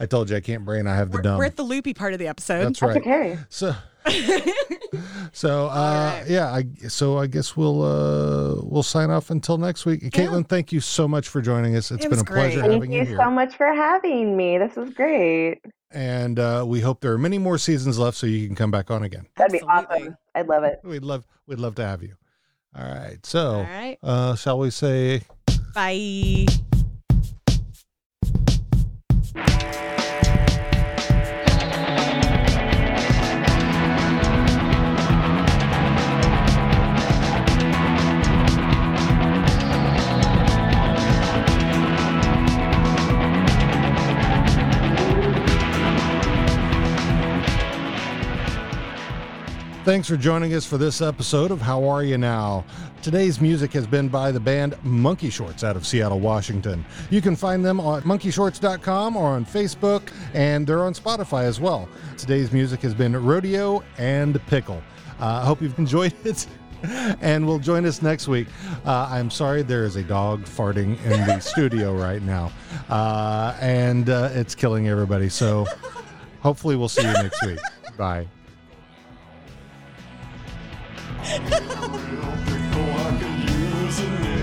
C: I told you I can't brain. I have the
D: We're,
C: dumb.
D: we're at the loopy part of the episode.
C: That's right.
E: Okay.
D: [LAUGHS]
C: So. so uh yeah i so i guess we'll uh we'll sign off until next week caitlin thank you so much for joining us It's
D: It
C: been
D: was
C: a pleasure
D: great.
C: having
E: Thank you
C: here
E: so much for having me. This is great.
C: and uh we hope there are many more seasons left so you can come back on again
E: That'd be
D: Absolutely.
E: awesome. I'd love it.
C: we'd love we'd love to have you all right so
D: All right.
C: uh shall we say
D: Bye.
C: Thanks for joining us for this episode of How Are You Now? Today's music has been by the band Monkey Shorts out of Seattle, Washington. You can find them on monkeyshorts.com or on Facebook, and they're on Spotify as well. Today's music has been Rodeo and Pickle. Uh, I hope you've enjoyed [LAUGHS] it. And will join us next week. Uh, I'm sorry, there is a dog farting in the studio right now, uh, and uh, it's killing everybody. So hopefully, we'll see you next week. Bye.
B: Pickle, I could use a nip.